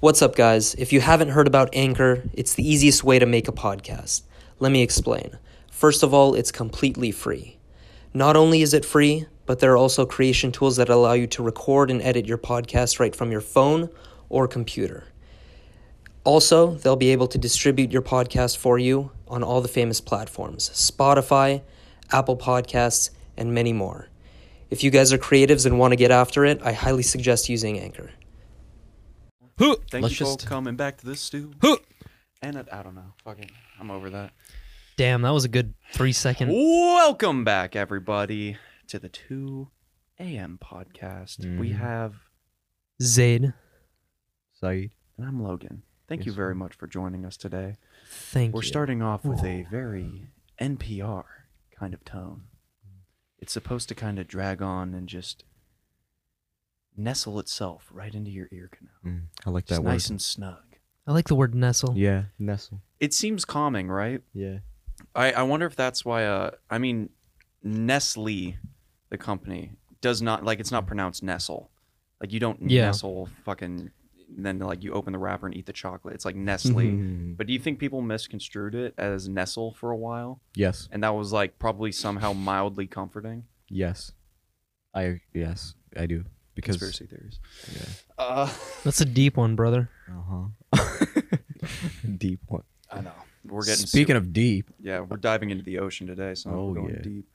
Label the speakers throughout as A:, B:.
A: What's up, guys? If you haven't heard about Anchor, it's the easiest way to make a podcast. Let me explain. First of all, it's completely free. Not only is it free, but there are also creation tools that allow you to record and edit your podcast right from your phone or computer. Also, they'll be able to distribute your podcast for you on all the famous platforms Spotify, Apple Podcasts, and many more. If you guys are creatives and want to get after it, I highly suggest using Anchor.
B: Who?
C: Thank
B: Let's
C: you for
B: just-
C: coming back to this stew.
B: Who?
C: And I, I don't know. Fucking, I'm over that.
B: Damn, that was a good three second.
C: Welcome back, everybody, to the 2 a.m. podcast. We have,
A: Zaid,
D: Said.
C: and I'm Logan. Thank you
D: Yes,
C: very much for joining us today.
A: thank
C: We're
A: you.
C: starting off with a very NPR kind of tone. It's supposed to kind of drag on and just nestle itself right into your ear canal.
D: Mm, I like
C: Just
D: that
C: nice
D: word.
C: and snug.
B: I like the word nestle.
D: Yeah, nestle.
C: It seems calming, right?
D: Yeah.
C: I, I wonder if that's why. Uh, I mean, Nestle, the company, does not like it's not pronounced Nestle. Like you don't
B: Yeah.
C: nestle fucking. Then like you open the wrapper and eat the chocolate. It's like
B: Mm-hmm.
C: Nestle.
D: Mhm.
C: But do you think people misconstrued it as Nestle for a while,
D: Yes.
C: and that was like probably somehow mildly comforting?
D: Yes. I yes I do because
C: Conspiracy theories.
D: Yeah.
C: Uh,
B: That's a deep one, brother.
D: uh huh deep one.
C: I know we're getting
D: Speaking of deep,
C: of yeah, we're diving into the ocean today, so
D: Oh,
C: we're going
D: yeah.
C: deep.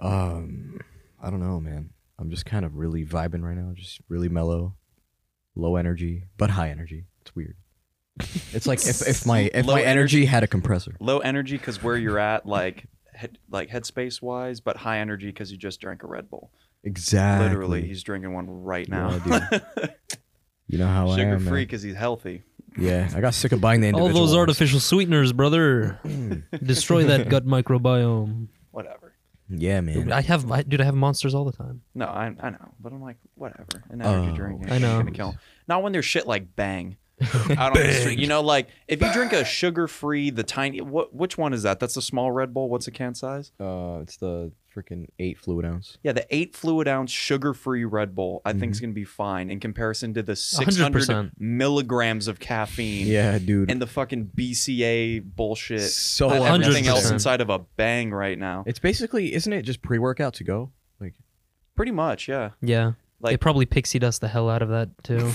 D: um, I don't know, man. I'm just kind of really vibing right now. Just really mellow, low energy but high energy. It's weird. It's like if, if my if
C: Low
D: my energy had a compressor.
C: Low energy because where you're at, like head, like headspace wise, but high energy because you just drank a Red Bull.
D: Exactly.
C: Literally, he's drinking one right
D: You know
C: now.
D: what You know how I
C: Sugar
D: am. man.
C: free because he's healthy.
D: Yeah, I got sick of buying the
B: All
D: individual.
B: those
D: ones. Mm.
B: artificial sweeteners, brother. Destroy that gut microbiome.
C: Whatever.
D: Yeah, man.
B: Dude, I have, I, dude, I have monsters all the time.
C: No, I, I know, but I'm like, whatever. An energy
D: Oh,
C: drink.
B: I
C: I know.
B: know.
C: Gonna kill him. Not when there's shit like bang. Out on the street. You know, like if you drink a sugar free, the tiny. What? Which one is that? That's the small Red Bull. What's the can size?
D: Uh, it's the freaking eight fluid ounce.
C: Yeah, the eight fluid ounce sugar free Red Bull. I think is
D: Mm-hmm.
C: gonna be fine in comparison to the 600
B: 100%.
C: milligrams of caffeine.
D: Yeah, dude.
C: And the fucking BCA bullshit.
D: So
C: and everything else
B: 100%.
C: inside of a bang right now.
D: it's basically, isn't it just pre workout to go? Like,
C: Pretty much, yeah.
B: Yeah.
C: Like-
B: they probably pixie dust the hell out of that, too.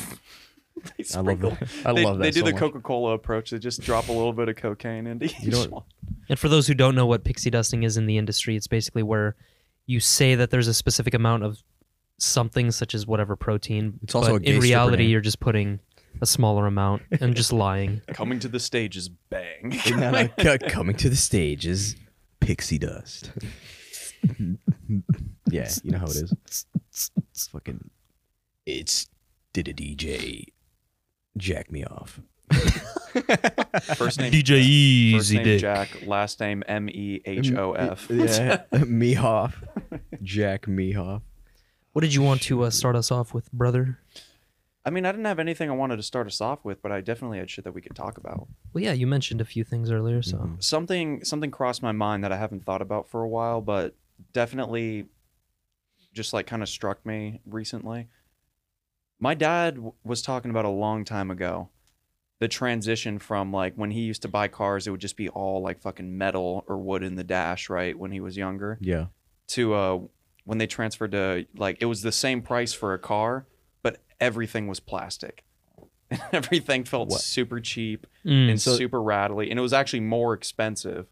C: They
D: I love
C: sprinkle.
D: that. I
C: they,
D: love that.
C: They do
D: so
C: the
D: much.
C: Coca Cola approach. They just drop a little bit of cocaine into each
D: know what-
C: one.
B: And for those who don't know what pixie dusting is in the industry, it's basically where you say that there's a specific amount of something, such as whatever protein.
D: It's also
B: but
D: a
B: in
D: gay stripper
B: reality,
D: name.
B: you're just putting a smaller amount and just lying.
C: Coming to the stage is bang.
D: Isn't that a- c- coming to the stage is pixie dust. yeah, you know how it is. It's fucking. It's did a DJ jack me off?
C: First name
B: DJ
C: First
B: Easy
C: name Jack. Last name M E H O F.
D: Yeah, me off, jack me off.
B: What did you want to uh, start us off with, brother?
C: I mean, I didn't have anything I wanted to start us off with, but I definitely had shit that we could talk about.
B: Well, yeah, you mentioned a few things earlier, so
D: Mm-hmm.
C: Something something crossed my mind that I haven't thought about for a while, but definitely just like kind of struck me recently. My dad w- was talking about a long time ago the transition from like when he used to buy cars, it would just be all like fucking metal or wood in the dash, right? When he was younger,
D: Yeah.
C: to uh, when they transferred to like it was the same price for a car, but everything was plastic. everything felt
D: What?
C: super cheap
B: Mm.
C: and
D: so-
C: super rattly, and it was actually more expensive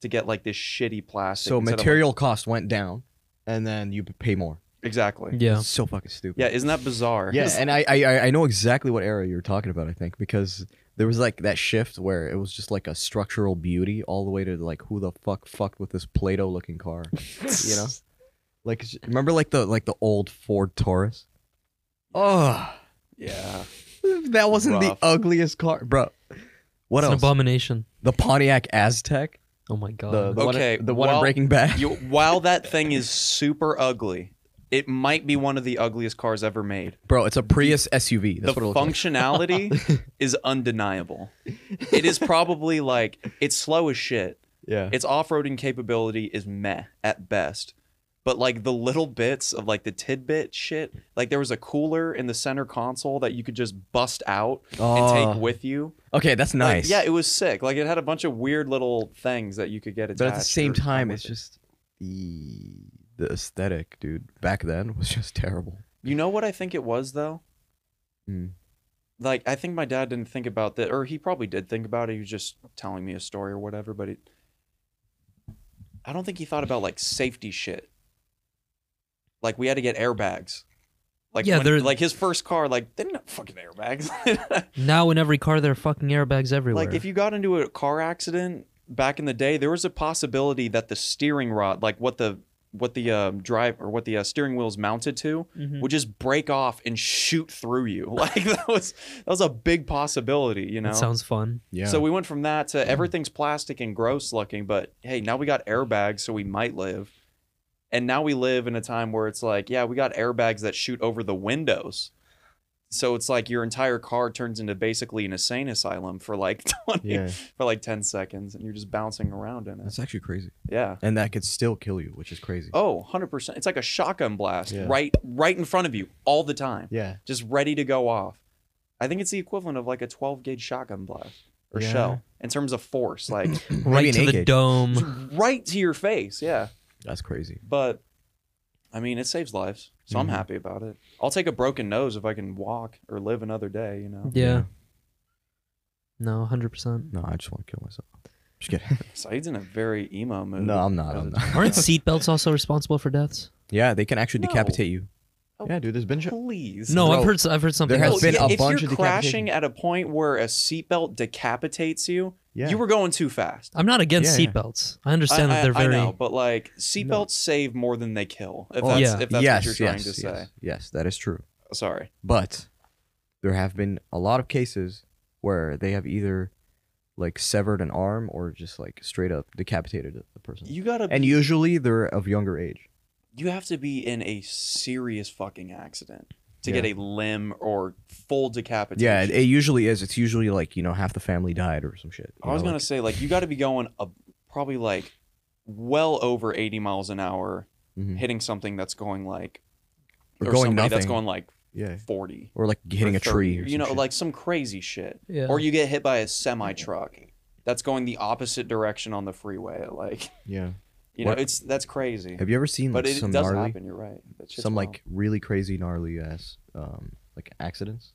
C: to get like this shitty plastic.
D: So
C: instead of, like-
D: material cost went down, and then you pay more.
C: exactly. Yeah.
B: yeah,
D: It's so fucking stupid.
C: isn't that bizarre?
D: Yeah, and I, I I- I know exactly what era you're talking about. I think because there was like that shift where it was just like a structural beauty all the way to like who the fuck fucked with this Play-Doh looking car, you know? Like it's- remember like the like the old Ford Taurus. Oh,
C: yeah.
D: that wasn't
C: Rough.
D: the ugliest car, bro. What
B: it's an
D: else?
B: abomination.
D: the Pontiac Aztec,
B: Oh my god.
D: the, the
C: Okay,
D: one, the one in
C: well,
D: Breaking Bad.
C: You, while that thing is super ugly, it might be one of the ugliest cars ever made.
D: bro, it's a Prius SUV. That's
C: the
D: what it looks like.
C: functionality is undeniable. It is probably like it's slow as shit.
D: Yeah,
C: Its off-roading capability is meh at best. but like the little bits of like the tidbit shit, like there was a cooler in the center console that you could just bust out and
D: Oh.
C: take with you.
D: Okay, that's
C: Like,
D: nice.
C: yeah, it was sick. Like it had a bunch of weird little things that you could get attached.
D: but at the same
C: or come
D: time,
C: with
D: it's
C: it.
D: just the the aesthetic, dude. Back then was just terrible.
C: You know what I think it was though?
D: Hmm.
C: Like I think my dad didn't think about that or he probably did think about it. He was just telling me a story or whatever, but it I don't think he thought about like safety shit. Like we had to get airbags. Like
B: Yeah,
C: when-
B: there-
C: like his first car like they didn't have fucking airbags.
B: Now in every car there are fucking airbags everywhere.
C: like if you got into a car accident back in the day, there was a possibility that the steering rod, like what the what the um, drive or what the uh, steering wheel's mounted to,
B: Mm-hmm.
C: would just break off and shoot through you. Like that was that was a big possibility, you know.
B: That sounds Mm-hmm. fun.
D: Yeah.
C: So we went from that to everything's plastic and gross looking, but hey, now we got airbags, so we might live. And now we live in a time where it's like, yeah, we got airbags that shoot over the windows. So it's like your entire car turns into basically an insane asylum for like 20,
D: yeah,
C: for like 10 seconds and you're just bouncing around in it.
D: that's actually crazy.
C: Yeah.
D: And that could still kill you, which is crazy.
C: Oh, 100%. It's like a shotgun blast
D: Yeah.
C: right right in front of you all the time
D: Yeah.
C: just ready to go off. I think it's the equivalent of like a 12 gauge shotgun blast or
D: Yeah.
C: shell in terms of force, like
B: Right
D: an
B: to the
D: A-gauge.
B: dome.
C: right to your face. Yeah.
D: That's crazy.
C: But I mean, it saves lives. So I'm
D: Mhm.
C: happy about it. I'll take a broken nose if I can walk or live another day, you know?
B: Yeah. No, hundred percent.
D: No, I just want to kill myself. Just kidding.
C: Saeed's in a very emo mood. Um,
D: no, I'm not.
C: as
D: I'm
C: a
D: not.
B: Aren't seatbelts also responsible for deaths?
D: Yeah, they can actually
C: No.
D: decapitate you.
C: Oh,
D: Yeah, dude. There's been. sh-
C: Please.
B: No, I've
D: Bro,
B: heard s- I've heard something.
D: there has
B: else.
D: been
C: yeah,
D: a
C: if
D: bunch
C: you're
D: of
C: crashing
D: decapitations.
C: at a point where a seatbelt decapitates you,
D: Yeah.
C: you were going too fast.
B: I'm not against
D: Yeah, yeah.
B: seatbelts. I understand
C: I,
B: that they're
C: I- I
B: very.
C: know, but like seatbelts save more than they kill. If
D: Oh,
C: that's,
B: yeah.
C: if that's
D: yes,
C: what you're trying
D: yes,
C: to
D: yes,
C: say.
D: Yes, that is true.
C: Sorry.
D: But there have been a lot of cases where they have either like severed an arm or just like straight up decapitated the person.
C: You gotta
D: and usually they're of younger age.
C: you have to be in a serious fucking accident to
D: Yeah.
C: get a limb or full decapitation.
D: Yeah, it, it usually is. It's usually like, you know, half the family died or some shit. you
C: I was
D: know,
C: gonna
D: like-
C: say like you got to be going a, probably like well over eighty miles an hour,
D: Mhm.
C: hitting something that's going like
D: Or
C: or
D: going
C: somebody that's
D: nothing.
C: going like
D: Yeah.
C: forty.
D: Or like hitting
C: or
D: a tree
C: 30,
D: or
C: you
D: some
C: know,
D: shit.
C: like some crazy shit.
B: Yeah.
C: Or you get hit by a semi truck that's going the opposite direction on the freeway. Like
D: Yeah.
C: you know,
D: What-
C: it's that's crazy.
D: Have you ever seen
C: but
D: like,
C: it, it
D: some
C: does
D: gnarly
C: happen. You're right. That shit's
D: some
C: wild.
D: like really crazy gnarly ass um like accidents?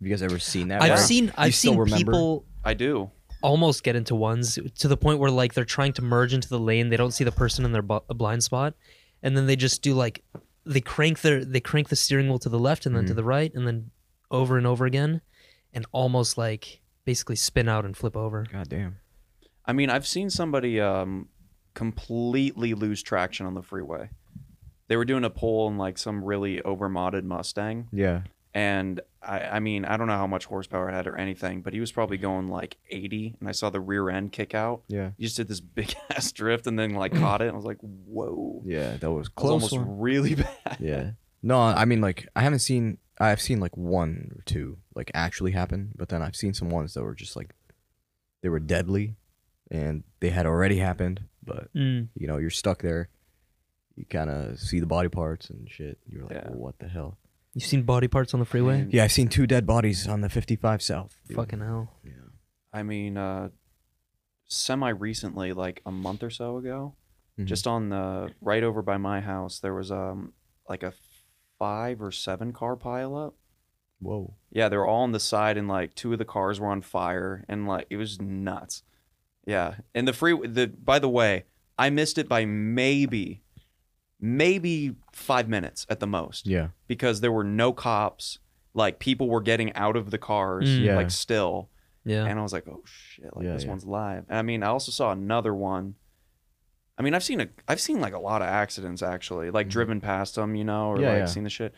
D: Have you guys ever seen that?
B: I've
D: where
B: seen I've
D: still
B: seen
D: remember?
B: people
C: I do.
B: almost get into ones to the point where like they're trying to merge into the lane, they don't see the person in their bu- blind spot, and then they just do like they crank their they crank the steering wheel to the left and then to the right and then over and over again, and almost like basically spin out and flip over.
D: God damn.
C: I mean, I've seen somebody um, completely lose traction on the freeway. They were doing a pull in like some really overmodded Mustang,
D: Yeah.
C: and I, I mean, I don't know how much horsepower it had or anything, but he was probably going like 80, and I saw the rear end kick out.
D: Yeah.
C: He just did this big ass drift, and then like caught it. And I was like, whoa,
D: Yeah, that was
C: that was
D: close.
C: almost
D: one.
C: really bad.
D: Yeah. No, I mean like I haven't seen I've seen like one or two like actually happen, but then I've seen some ones that were just like they were deadly and they had already happened, but
B: Mm.
D: you know, you're stuck there. You kind of see the body parts and shit. You're like,
C: Yeah.
D: well, what the hell?
B: You've seen body parts on the freeway?
C: And,
D: Yeah, I've seen two dead bodies on the 55 South. dude.
B: Fucking hell.
D: Yeah.
C: I mean, uh, semi recently, like a month or so ago,
D: Mhm.
C: just on the right over by my house, there was um like a five or seven car pileup.
D: Whoa.
C: Yeah, they were all on the side, and like two of the cars were on fire, and like it was nuts. Yeah, and the free the by the way, I missed it by maybe, maybe five minutes at the most
D: Yeah.
C: because there were no cops. Like people were getting out of the cars,
B: Mm.
D: Yeah.
C: like still.
B: Yeah.
C: And I was like, oh shit, like
D: Yeah,
C: this
D: yeah.
C: one's live. And I mean, I also saw another one. I mean, I've seen a, I've seen like a lot of accidents actually, like
D: Mhm.
C: driven past them, you know, or
D: Yeah,
C: like
D: yeah.
C: seen the shit.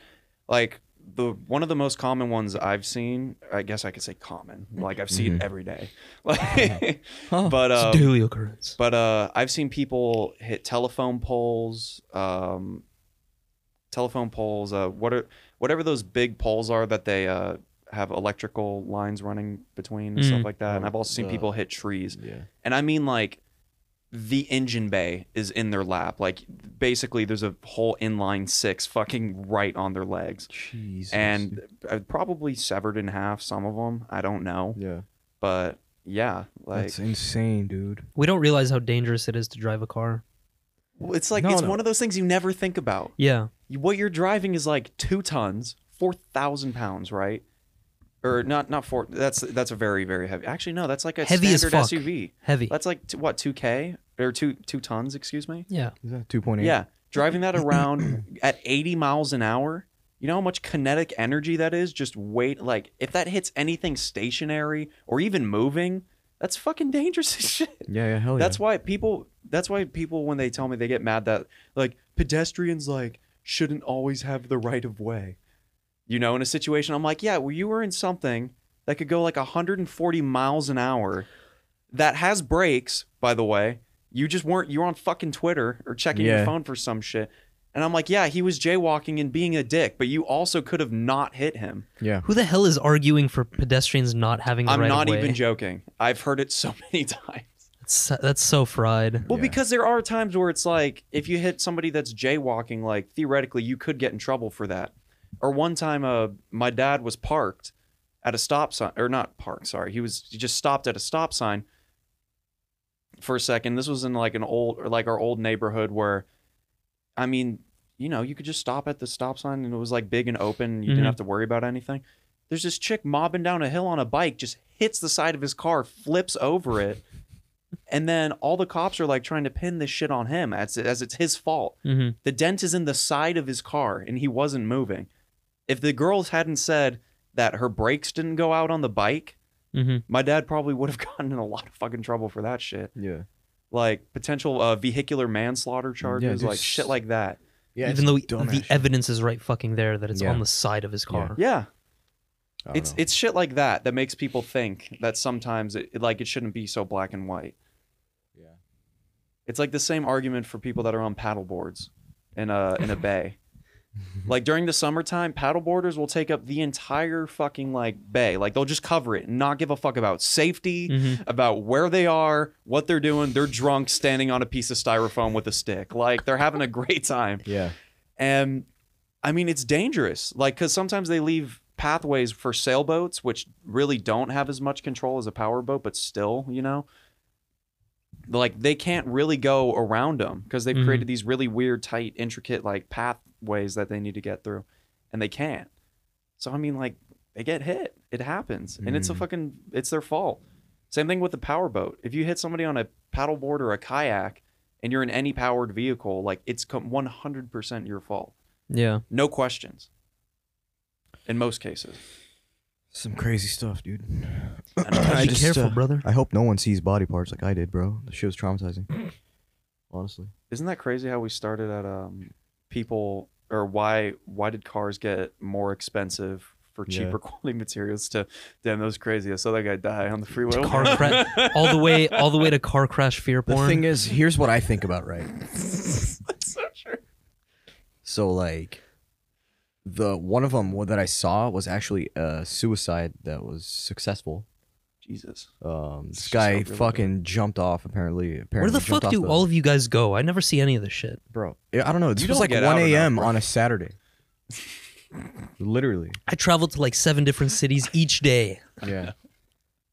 C: Like the one of the most common ones I've seen, I guess I could say common. Like I've seen it
D: Mhm.
C: every day. Like,
D: Huh.
C: but
B: It's a
C: uh,
B: daily occurrence.
C: but uh, I've seen people hit telephone poles, um, telephone poles. Uh, what are whatever those big poles are that they uh, have electrical lines running between and
B: Mm.
C: stuff like that. And
D: Oh,
C: I've also seen
D: the-
C: people hit trees,
D: yeah.
C: and I mean like the engine bay is in their lap. Like basically, there's a whole inline six fucking right on their legs,
D: Jesus.
C: and uh, probably severed in half. Some of them, I don't know,
D: yeah,
C: but yeah, like
D: that's insane, dude.
B: We don't realize how dangerous it is to drive a car.
C: Well, it's like
D: No,
C: it's
D: no.
C: one of those things you never think about.
B: Yeah.
C: You- What you're driving is like two tons, four thousand pounds, right?
B: Mm-hmm.
C: Or not, not four. That's that's a very very heavy. Actually, no, that's like a
B: Heavy as
C: standard
B: fuck.
C: SUV.
B: Heavy.
C: That's like t- what two k or two two tons? Excuse me.
B: yeah.
D: Is that two point eight?
C: Yeah, driving that around at 80 miles an hour. You know how much kinetic energy that is? Just wait, like if that hits anything stationary or even moving, that's fucking dangerous as shit.
D: yeah, yeah,
B: Oh,
D: hell yeah.
C: That's why people. That's why people when they tell me they get mad that like pedestrians like shouldn't always have the right of way. You know, in a situation, I'm like, yeah, well, you were in something that could go like 140 miles an hour, that has brakes, by the way. You just weren't. You're on fucking Twitter or checking
D: Yeah.
C: your phone for some shit. And I'm like, yeah, he was jaywalking and being a dick, but you also could have not hit him.
D: yeah.
B: Who the hell is arguing for pedestrians not having the
C: I'm
B: right
C: not
B: of way?
C: even joking. I've heard it so many times.
B: That's so, that's so fried.
C: Well,
D: Yeah.
C: because there are times where it's like if you hit somebody that's jaywalking, like theoretically you could get in trouble for that. Or one time, uh, my dad was parked at a stop sign, or not parked. Sorry, he was he just stopped at a stop sign for a second. This was in like an old, or like our old neighborhood where, I mean, you know, you could just stop at the stop sign and it was like big and open. You
B: Mhm.
C: didn't have to worry about anything. There's this chick mobbing down a hill on a bike, just hits the side of his car, flips over it. And then all the cops are like trying to pin this shit on him as, as it's his fault.
B: hmm
C: The dent is in the side of his car and he wasn't moving. If the girls hadn't said that her brakes didn't go out on the bike,
B: hmm
C: my dad probably would have gotten in a lot of fucking trouble for that shit.
D: Yeah.
C: Like potential uh, vehicular manslaughter charges,
D: dude,
C: like
D: s-
C: shit like that.
D: Yeah.
B: even though
D: dumbass
B: the
D: shit.
B: evidence is right fucking there that it's
D: Yeah.
B: on the side of his car.
C: Yeah,
D: I don't
C: it's
D: know.
C: it's shit like that that makes people think that sometimes it, like it shouldn't be so black and white.
D: yeah.
C: It's like the same argument for people that are on paddle boards in a in a bay. like during the summertime, paddle boarders will take up the entire fucking like bay. Like they'll just cover it and not give a fuck about safety,
D: Mm.
B: Mhm.
C: about where they are, what they're doing. They're drunk standing on a piece of styrofoam with a stick. Like they're having a great time.
D: Yeah.
C: And I mean, it's dangerous. Like, because sometimes they leave pathways for sailboats, which really don't have as much control as a power boat, but still, you know, like they can't really go around them because they've
B: Mhm.
C: created these really weird, tight, intricate, like pathways that they need to get through and they can't. So, I mean, like, they get hit. It happens. And it's a
D: Mhm.
C: fucking, it's their fault. Same thing with the power boat. If you hit somebody on a paddleboard or a kayak, and you're in any powered vehicle, like it's com- 100% your fault.
B: Yeah.
C: No questions. In most cases.
D: Some crazy stuff, dude.
B: Be careful,
D: uh,
B: brother.
D: I hope no one sees body parts like I did, bro. The shit was traumatizing. Honestly.
C: Isn't that crazy how we started at um people or why why did cars get more expensive for
D: Yeah.
C: cheaper quality materials to damn that was crazy. I saw that guy die on the freeway.
B: Car crash all the way all the way to car crash fear
D: The
B: porn.
D: thing is, here's what I think about, right?
C: That's so true.
D: So like the one of them that I saw was actually a suicide that was successful.
C: Jesus.
D: Um, this
C: just
D: guy
C: not really
D: fucking jumped off. Apparently, apparently
B: Where the
D: jumped
B: fuck
D: off
B: do
D: the-
B: all of you guys go? I never see any of this shit.
D: bro? Yeah, I don't know. This
C: You
D: was
C: don't
D: like
C: get
D: 1
C: out enough,
D: a.m.
C: bro.
D: on a Saturday. Literally,
B: I travel to like seven different cities each day.
D: yeah.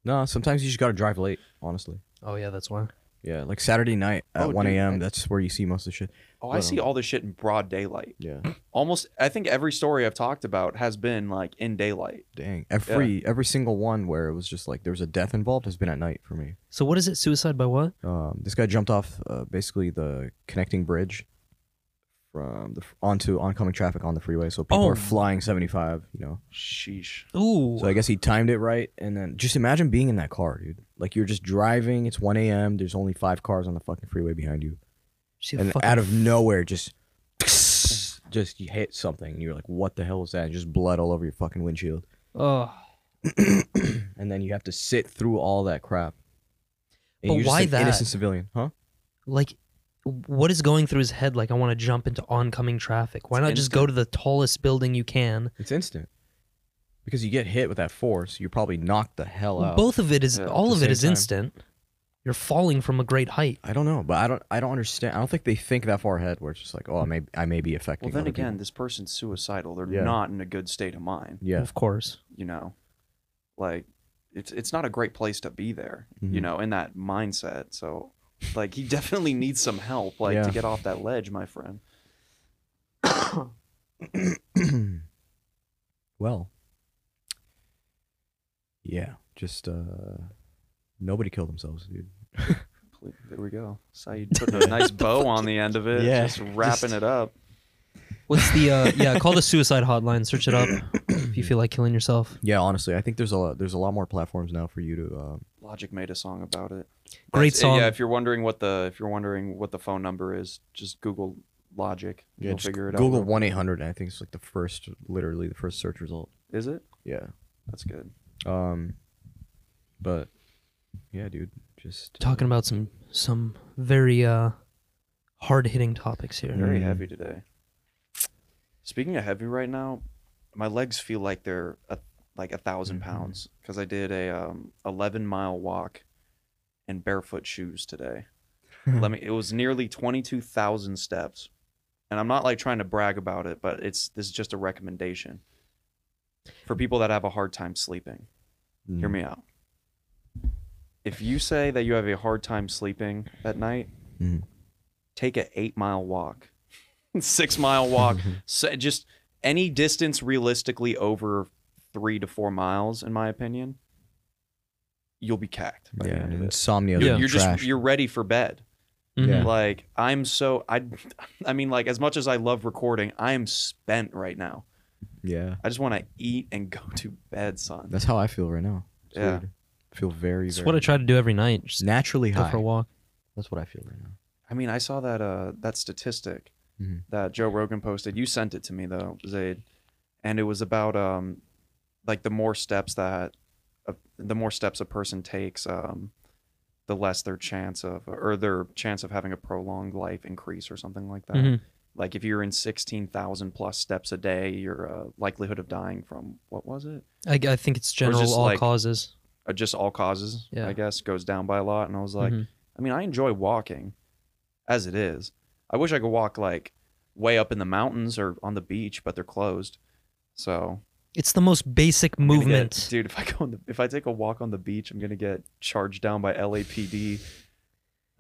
D: No, sometimes you just gotta drive late. Honestly,
B: Oh yeah, that's why.
D: yeah. Like Saturday night at
C: Oh,
D: 1
C: dude,
D: a.m.
C: I-
D: That's where you see most of the shit.
C: Oh, I
D: But,
C: see all this shit in broad daylight.
D: Yeah.
C: Almost I think every story I've talked about has been like in daylight.
D: Dang. Every every single one where it was just like there was a death involved has been at night for me.
B: So what is it? Suicide by what?
D: Um, this guy jumped off uh, basically the connecting bridge from the onto oncoming traffic on the freeway, so people
B: Oh.
D: are flying 75. You know,
C: Sheesh.
B: Ooh.
D: so I guess he timed it right, and then just imagine being in that car, dude. Like you're just driving. It's 1 a.m. There's only five cars on the fucking freeway behind you,
B: She
D: and
B: fucking-
D: out of nowhere, just just you hit something. And you're like, what the hell is that? And just blood all over your fucking windshield,
B: Ugh.
D: and then you have to sit through all that crap. And
B: But
D: you're just
B: why
D: an
B: that?
D: innocent civilian, huh?
B: like what is going through his head like i want to jump into oncoming traffic why
C: It's
B: not just go to the tallest building you can
D: It's instant. Because you get hit with that force, you're probably knocked the hell out.
B: both of it is
C: Yeah, at
B: all
D: the
B: of it
D: same
B: is
D: time.
B: instant You're falling from a great height.
D: I don't know, but I don't. I don't understand. I don't think they think that far ahead. Where it's just like, oh, I may, I may be
C: Well,
D: affecting.
C: then
D: other people.
C: again, this person's suicidal. They're
D: Yeah.
C: not in a good state of mind.
D: yeah,
B: Of course.
C: You know, like it's it's not a great place to be there. You
D: Mhm.
C: know, in that mindset. So, like, he definitely needs some help, like to
D: Yeah.
C: get off that ledge, my friend.
D: well, yeah, just uh, nobody killed themselves, dude.
C: Ple- There we go. So you put a nice bow on the end of it,
D: Yeah,
C: just wrapping
D: just-
C: it up.
B: What's the uh yeah, call the suicide hotline, search it up if you feel like killing yourself.
D: Yeah, honestly, I think there's a lot, there's a lot more platforms now for you to. Um,
C: Logic made a song about it.
B: Great
C: That's-
B: song.
C: Yeah, if you're wondering what the if you're wondering what the phone number is, just Google Logic.
D: yeah,
C: You'll
D: just
C: figure it
D: Google
C: out.
D: one eight hundred, and I think it's like the first, literally the first search result.
C: Is it?
D: Yeah.
C: That's good.
D: Um, but yeah, dude, just uh,
B: Talking about some some very uh hard hitting topics here.
C: Very
D: Mm.
C: heavy today. Speaking of heavy right now, my legs feel like they're a, like a 1000
D: Mhm.
C: pounds because I did a um, eleven mile walk in barefoot shoes today. Let me. It was nearly twenty two thousand steps, and I'm not like trying to brag about it, but it's this is just a recommendation for people that have a hard time sleeping.
D: mm,
C: Hear me out. If you say that you have a hard time sleeping at night,
D: Mhm.
C: take a eight mile walk, six mile walk, so just any distance realistically over three to four miles, in my opinion, you'll be cacked. By the
D: Yeah,
C: end of it.
D: insomnia.
B: Yeah.
C: You're
D: trash.
C: just you're ready for bed.
B: Mhm.
C: Like I'm so I, I mean like as much as I love recording, I am spent right now.
D: yeah.
C: I just want to eat and go to bed, son.
D: That's how I feel right now. It's
C: Yeah.
D: weird. I feel very,
B: It's
D: very
B: what I try to do every night. Just
D: naturally
B: go
D: high.
B: for a walk.
D: That's what I feel right now.
C: I mean, I saw that uh that statistic
D: Mhm.
C: that Joe Rogan posted. You sent it to me though, Zaid, and it was about um like the more steps that uh, the more steps a person takes, um the less their chance of or their chance of having a prolonged life increase or something like that.
B: Mhm.
C: Like if you're in sixteen thousand plus steps a day, your uh, likelihood of dying from what was it?
B: I, I think it's general
C: just
B: all
C: like-
B: causes.
C: Uh, just all causes,
B: Yeah.
C: I guess, goes down by a lot. And I was like,
B: Mhm.
C: I mean, I enjoy walking as it is. I wish I could walk like way up in the mountains or on the beach, but they're closed. So
B: It's the most basic
C: I'm gonna get-
B: movement.
C: dude. If I go on the, if I take a walk on the beach, I'm gonna get charged down by LAPD.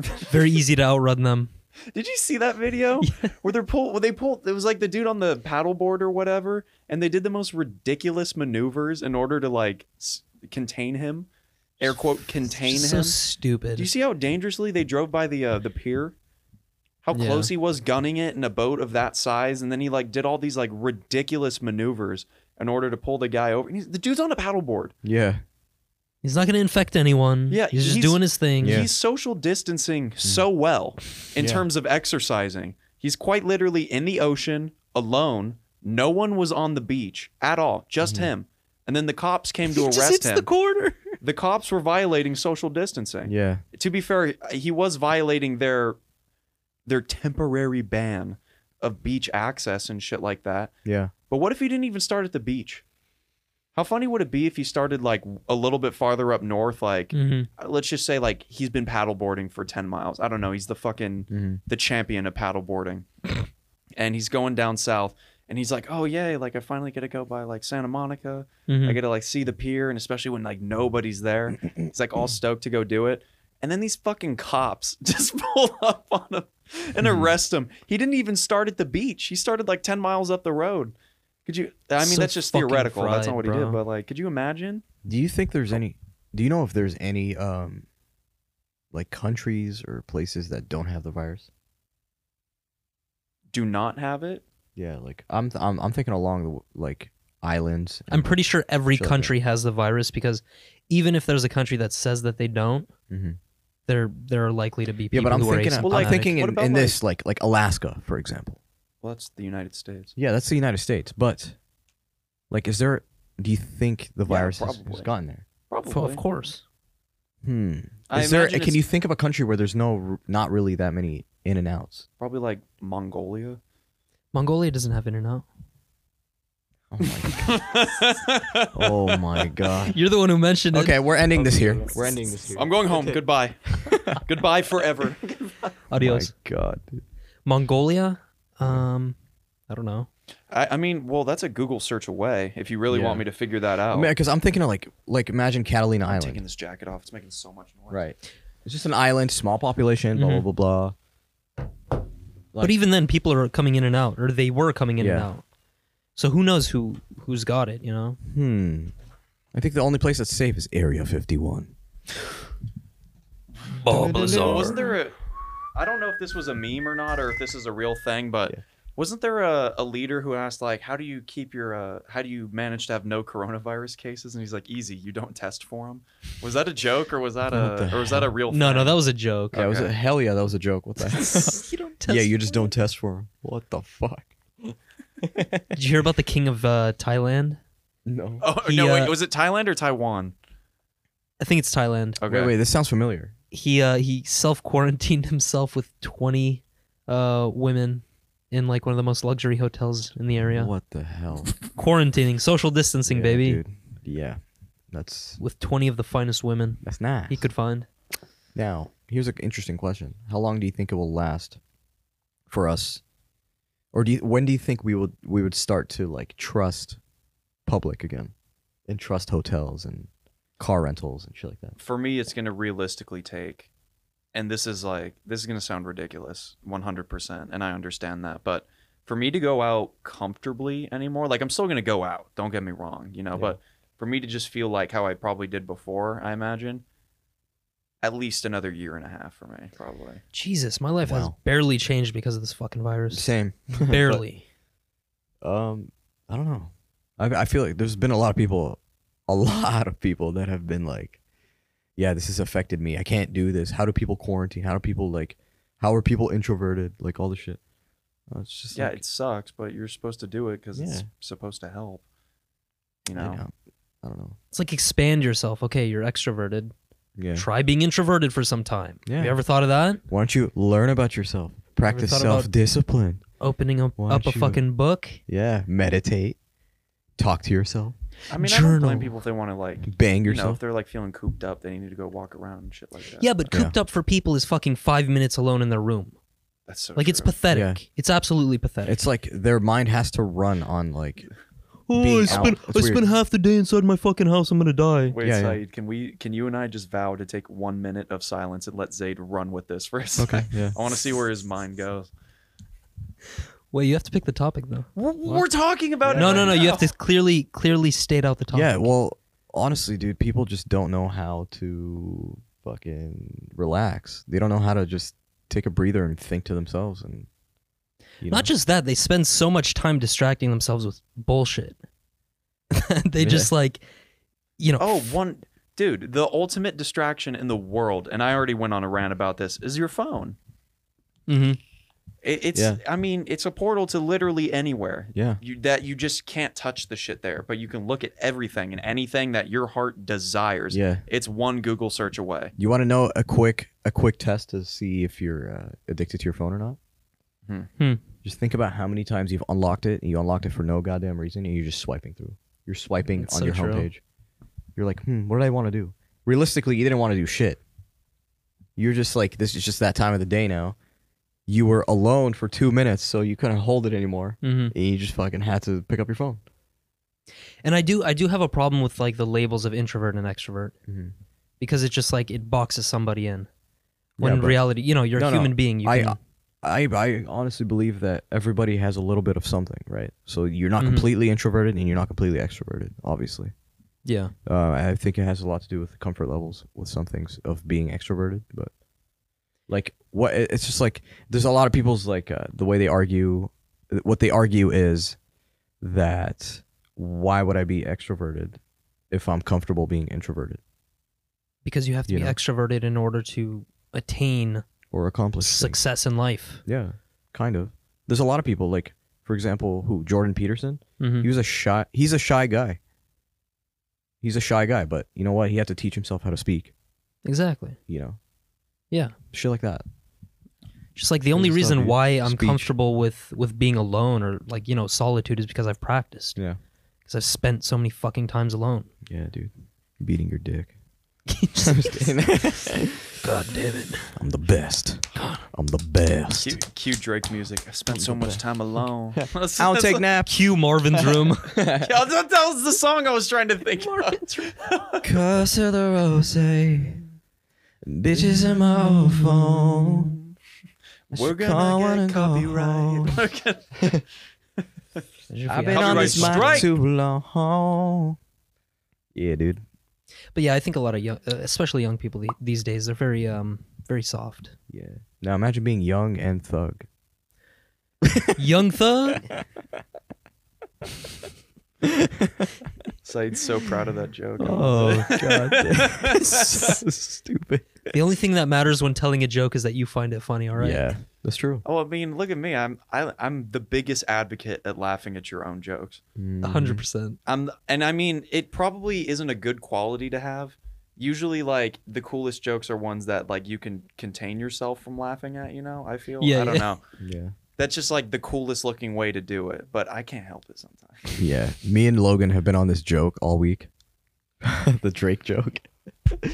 B: Very easy to outrun them.
C: Did you see that video where they're pull? Where they pulled? It was like the dude on the paddleboard or whatever, and they did the most ridiculous maneuvers in order to like s- contain him. Air quote contain
B: Just
C: him.
B: so stupid.
C: Do you see how dangerously they drove by the uh, the pier? How
B: Yeah.
C: close he was gunning it in a boat of that size, and then he like did all these like ridiculous maneuvers in order to pull the guy over. And he's, the dude's on a paddleboard.
D: Yeah.
B: He's not going to infect anyone.
C: Yeah,
B: he's just
C: he's-
B: doing his thing.
D: Yeah.
C: He's social distancing
B: Mm.
C: so well in
D: Yeah.
C: terms of exercising. He's quite literally in the ocean alone. No one was on the beach at all, just him. And then the cops came to
B: Mm-hmm. He just
C: arrest
B: hits
C: him.
B: the corner.
C: the cops were violating social distancing.
D: Yeah.
C: to be fair, he was violating their their temporary ban of beach access and shit like that.
D: Yeah.
C: But what if he didn't even start at the beach? How funny would it be if he started like a little bit farther up north? Like, uh,
B: Mhm.
C: let's just say like he's been paddleboarding for ten miles. I don't know. He's the fucking
D: Mhm.
C: the champion of paddleboarding, and he's going down south. And he's like, oh yay! Like I finally get to go by like Santa Monica.
B: Mhm.
C: I get to like see the pier, and especially when like nobody's there, he's like all stoked to go do it. And then these fucking cops just pull up on him and arrest him. He didn't even start at the beach. He started like ten miles up the road. Could you? I mean,
B: So
C: that's just
B: fucking
C: theoretical. that's not
B: fried,
C: what he did.
B: bro.
C: But like, could you imagine?
D: Do you think there's any? Do you know if there's any um, like countries or places that don't have the virus?
C: Do not have it.
D: Yeah. Like I'm, th- I'm, I'm thinking along the w- like islands.
B: I'm pretty sure every
D: Sure, yeah.
B: country has the virus because even if there's a country that says that they don't,
D: hmm
B: there there are likely to be
D: Yeah,
B: people
D: but I'm
B: who
D: thinking,
B: are asymptomatic.
D: I'm,
C: Well, like,
D: thinking
C: what
D: in,
C: about,
D: in this like like Alaska, for example.
C: Well, that's the United States.
D: Yeah, that's the United States, but like, is there? Do you think the
C: Yeah,
D: virus has, has
C: probably.
D: gotten there?
C: Probably.
B: Well, of course.
D: Hmm.
C: I
D: Is there?
C: imagine
D: Can
C: it's
D: you think of a country where there's no, r- not really that many in and outs?
C: probably like Mongolia?
B: Mongolia doesn't have internet.
D: Oh my god. oh my god.
B: You're the one who mentioned it.
D: Okay, we're ending this here. We're ending this here.
C: I'm going home. Goodbye. Goodbye forever.
B: Adios.
D: Oh My God.
B: Mongolia. Um, I don't know.
C: I, I mean, well, that's a Google search away. If you really
D: Yeah.
C: want me to figure that out,
D: Because I'm thinking of like, like imagine Catalina
C: I'm
D: Island.
C: taking this jacket off. It's making so much noise.
D: Right. It's just an island, small population, blah, blah, blah,
B: but
D: Like-
B: even then, people are coming in and out, or they were coming in and
D: Yeah.
B: out. So who knows who who's got it? You know.
D: blah. Hmm. I think the only place that's safe is Area 51.
C: Well, Oh, wasn't there a? I don't know if this was a meme or not, or if this is a real thing, but wasn't there a, a leader who asked like, "How do you keep your? Uh, how do you manage to have no coronavirus cases?" And he's like, "Easy, you don't test for them." Was that a joke, or was that a, or was that a real?
B: No,
C: thing?
B: no, that was a joke.
D: Yeah, it was a, hell yeah, that was a joke. What the
B: you don't test.
D: Yeah, you just don't test for them. What the fuck?
B: Did you hear about the king of uh, Thailand?
D: No.
C: Oh
B: He,
C: no!
B: uh,
C: wait, was it Thailand or Taiwan?
B: I think it's Thailand.
C: Okay.
D: Wait, wait, this sounds familiar.
B: He uh, he self quarantined himself with twenty uh, women in like one of the most luxury hotels in the area.
D: What the hell?
B: Quarantining, social distancing,
D: Yeah,
B: baby,
D: dude. Yeah. That's
B: with twenty of the finest women
D: that's nice.
B: he could find.
D: Now, here's an interesting question. How long do you think it will last for us? Or do you, when do you think we would we would start to like trust public again? And trust hotels and car rentals and shit like that.
C: for me it's going to realistically take and this is like this is going to sound ridiculous 100% and i understand that but for me to go out comfortably anymore like i'm still going to go out don't get me wrong you know
D: Yeah.
C: but for me to just feel like how i probably did before i imagine at least another year and a half for me probably
B: Jesus, my life has
D: Wow.
B: barely changed because of this fucking virus.
D: Same. But,
B: Barely.
D: um I don't know. I I feel like there's been a lot of people a lot of people that have been like yeah, this has affected me. I can't do this. How do people quarantine? How do people like how are people introverted? Like all this shit. Uh, It's just
C: yeah
D: like-
C: it sucks but you're supposed to do it because it's
D: Yeah.
C: supposed to help you
D: I
C: know
D: know. I don't know.
B: It's like expand yourself. Okay, you're extroverted.
D: Yeah.
B: Try being introverted for some time.
D: Yeah.
B: Have you ever thought of that?
D: Why don't you learn about yourself? Practice
B: thought about-
D: self discipline.
B: Opening up,
D: Why
B: up a
D: don't you-
B: fucking book.
D: Yeah. Meditate. Talk to yourself.
C: i mean i don't blame
B: Journal.
C: people if they want to like
D: Bang
C: you know if
D: yourself.
C: they're like feeling cooped up they need to go walk around and shit like that
B: Yeah, but
D: Yeah.
B: cooped up for people is fucking five minutes alone in their room.
C: that's so
B: Like it's
C: true.
B: pathetic.
D: Yeah.
B: It's absolutely pathetic.
D: it's like their mind has to run on like
B: oh,
D: being out. It's weird.
B: half the day inside my fucking house. I'm gonna die.
C: Wait,
D: Yeah, yeah.
C: Saeed, can we can you and I just vow to take one minute of silence and let Zaid run with this for a second?
D: yeah.
C: I want to see where his mind goes.
B: Wait, you have to pick the topic though.
C: We're, talking about
B: No, no, no. You have to clearly, clearly state out the topic.
D: Yeah, well honestly, dude, people just don't know how to fucking relax. They don't know how to just take a breather and think to themselves and you know
B: Not just that, they spend so much time distracting themselves with bullshit. they just like, you know,
C: Oh, one dude, the ultimate distraction in the world, and I already went on a rant about this, is your phone.
B: mhm.
C: It, it's I mean, it's a portal to literally anywhere.
D: Yeah.
C: You that you just can't touch the shit there, but you can look at everything and anything that your heart desires.
D: Yeah.
C: It's one Google search away.
D: You want to know a quick a quick test to see if you're uh, addicted to your phone or not?
C: Hmm.
B: Hmm.
D: Just think about how many times you've unlocked it and you unlocked it for no goddamn reason and you're just swiping through. You're swiping
B: That's
D: on
B: so
D: your
B: true.
D: homepage. You're like, hmm, what did I want to do? Realistically, you didn't want to do shit. You're just like, this is just that time of the day now. You were alone for two minutes, so you couldn't hold it anymore.
B: Mhm.
D: And you just fucking had to pick up your phone.
B: and I do, I do have a problem with like the labels of introvert and extrovert
D: Mhm.
B: because it's just like it boxes somebody in. When
D: Yeah,
B: in
D: but-
B: reality, you know, you're
D: No,
B: a
D: no.
B: human being. You
D: I- uh,
B: can,
D: I, I honestly believe that everybody has a little bit of something, right? So you're not
B: Mhm.
D: completely introverted and you're not completely extroverted, obviously.
B: yeah.
D: Uh, I think it has a lot to do with the comfort levels with some things of being extroverted, but like what it- it's just like there's a lot of people's like uh, the way they argue, what they argue is that why would I be extroverted if I'm comfortable being introverted
B: because you have to
D: You
B: be
D: know?
B: extroverted in order to attain
D: or accomplish things?
B: success in life.
D: Yeah, kind of. There's a lot of people like, for example, who Jordan Peterson.
B: Mhm.
D: He was a shy. He's a shy guy. He's a shy guy, but you know what? He had to teach himself how to speak.
B: Exactly.
D: You know,
B: Yeah.
D: shit like that.
B: Just like the only
D: It's not
B: reason
D: the
B: why I'm
D: speech.
B: comfortable with with being alone or like you know solitude is because I've practiced
D: Yeah.
B: because I've spent so many fucking times alone.
D: Yeah, dude. Beating your dick.
B: God damn it.
D: I'm the best. I'm the
C: Cue,
D: best.
C: cue Drake music. I spent so much time alone. that,
D: I don't take naps.
B: Cue Marvin's room.
C: that was the song I was trying to think. of.
D: Cuss of the rose. Bitches in my phone.
C: We're
D: should call one
C: gonna
D: and
C: get
D: go home.
C: copyright. We're gonna-
D: I've been on
C: Copyright
D: this mic
C: strike.
D: too long. Yeah, dude.
B: But yeah, I think a lot of young, uh, especially young people the- these days, they're very um very soft.
D: Yeah. Now imagine being young and thug.
B: Young thug.
C: Said's so proud of that joke.
D: Oh god, so stupid.
B: The only thing that matters when telling a joke is that you find it funny. All right.
D: Yeah, that's true.
C: Oh, I mean, look at me. I'm I, I'm the biggest advocate at laughing at your own jokes.
B: A
D: Mm-hmm.
B: hundred percent.
C: I'm, and I mean, it probably isn't a good quality to have. Usually, like the coolest jokes are ones that like you can contain yourself from laughing at. You know, I feel.
B: Yeah,
C: I don't
B: yeah.
C: know.
D: Yeah,
C: That's just like the coolest looking way to do it, but I can't help it sometimes.
D: yeah. Me and Logan have been on this joke all week. the Drake joke.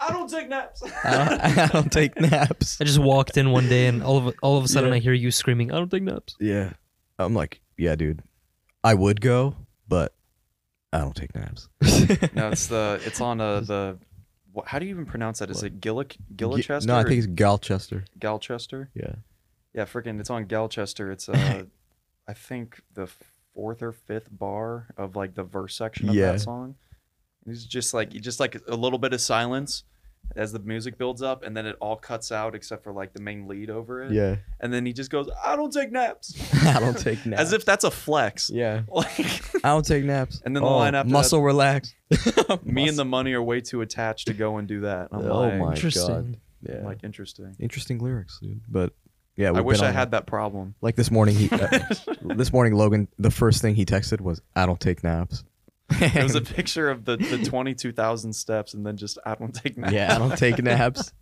C: I don't take naps.
D: I don't, I don't take naps.
B: I just walked in one day and all of all of a sudden I hear you screaming. I don't think naps.
D: Yeah, I'm like, yeah, dude. I would go, but I don't take naps.
C: no, it's the it's on uh, the. wh- How do you even pronounce that? Is it Gillic Gillichester?
D: No, I
C: or
D: think it's Galchester.
C: Galchester.
D: Yeah.
C: Yeah, freaking, it's on Galchester. It's uh, I think the fourth or fifth bar of like the verse section of
D: Yeah.
C: that song. It's just like just like a little bit of silence as the music builds up, and then it all cuts out except for like the main lead over it.
D: Yeah.
C: And then he just goes, "I don't take naps,"
D: I don't take naps.
C: as if that's a flex.
D: Yeah.
C: Like
D: I don't take naps. Oh,
C: And then the line after that-
D: muscle relax.
C: me and the money are way too attached to go and do that. And I'm
D: Oh
C: like,
D: my god.
B: Interesting.
D: Yeah.
C: I'm like interesting.
D: Interesting lyrics, dude. But yeah,
C: I
D: we've
C: wish
D: been
C: I
D: on-
C: had that problem.
D: Like this morning, he uh, this morning Logan, the first thing he texted was, "I don't take naps."
C: It was a picture of the, the 22,000 steps and then just, I don't take naps.
D: yeah, I don't take naps.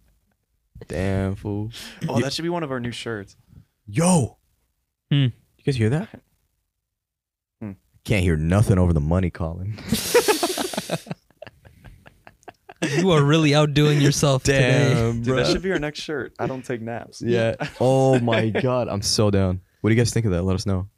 D: Damn fool.
C: Oh, that should be one of our new shirts.
D: Yo,
B: Hmm.
D: you guys hear that?
C: Hmm.
D: Can't hear nothing over the money calling.
B: You are really outdoing yourself today.
D: Damn,
C: Dude,
D: bro.
C: that should be our next shirt. I don't take naps.
D: yeah. Oh my god, I'm so down. What do you guys think of that? Let us know.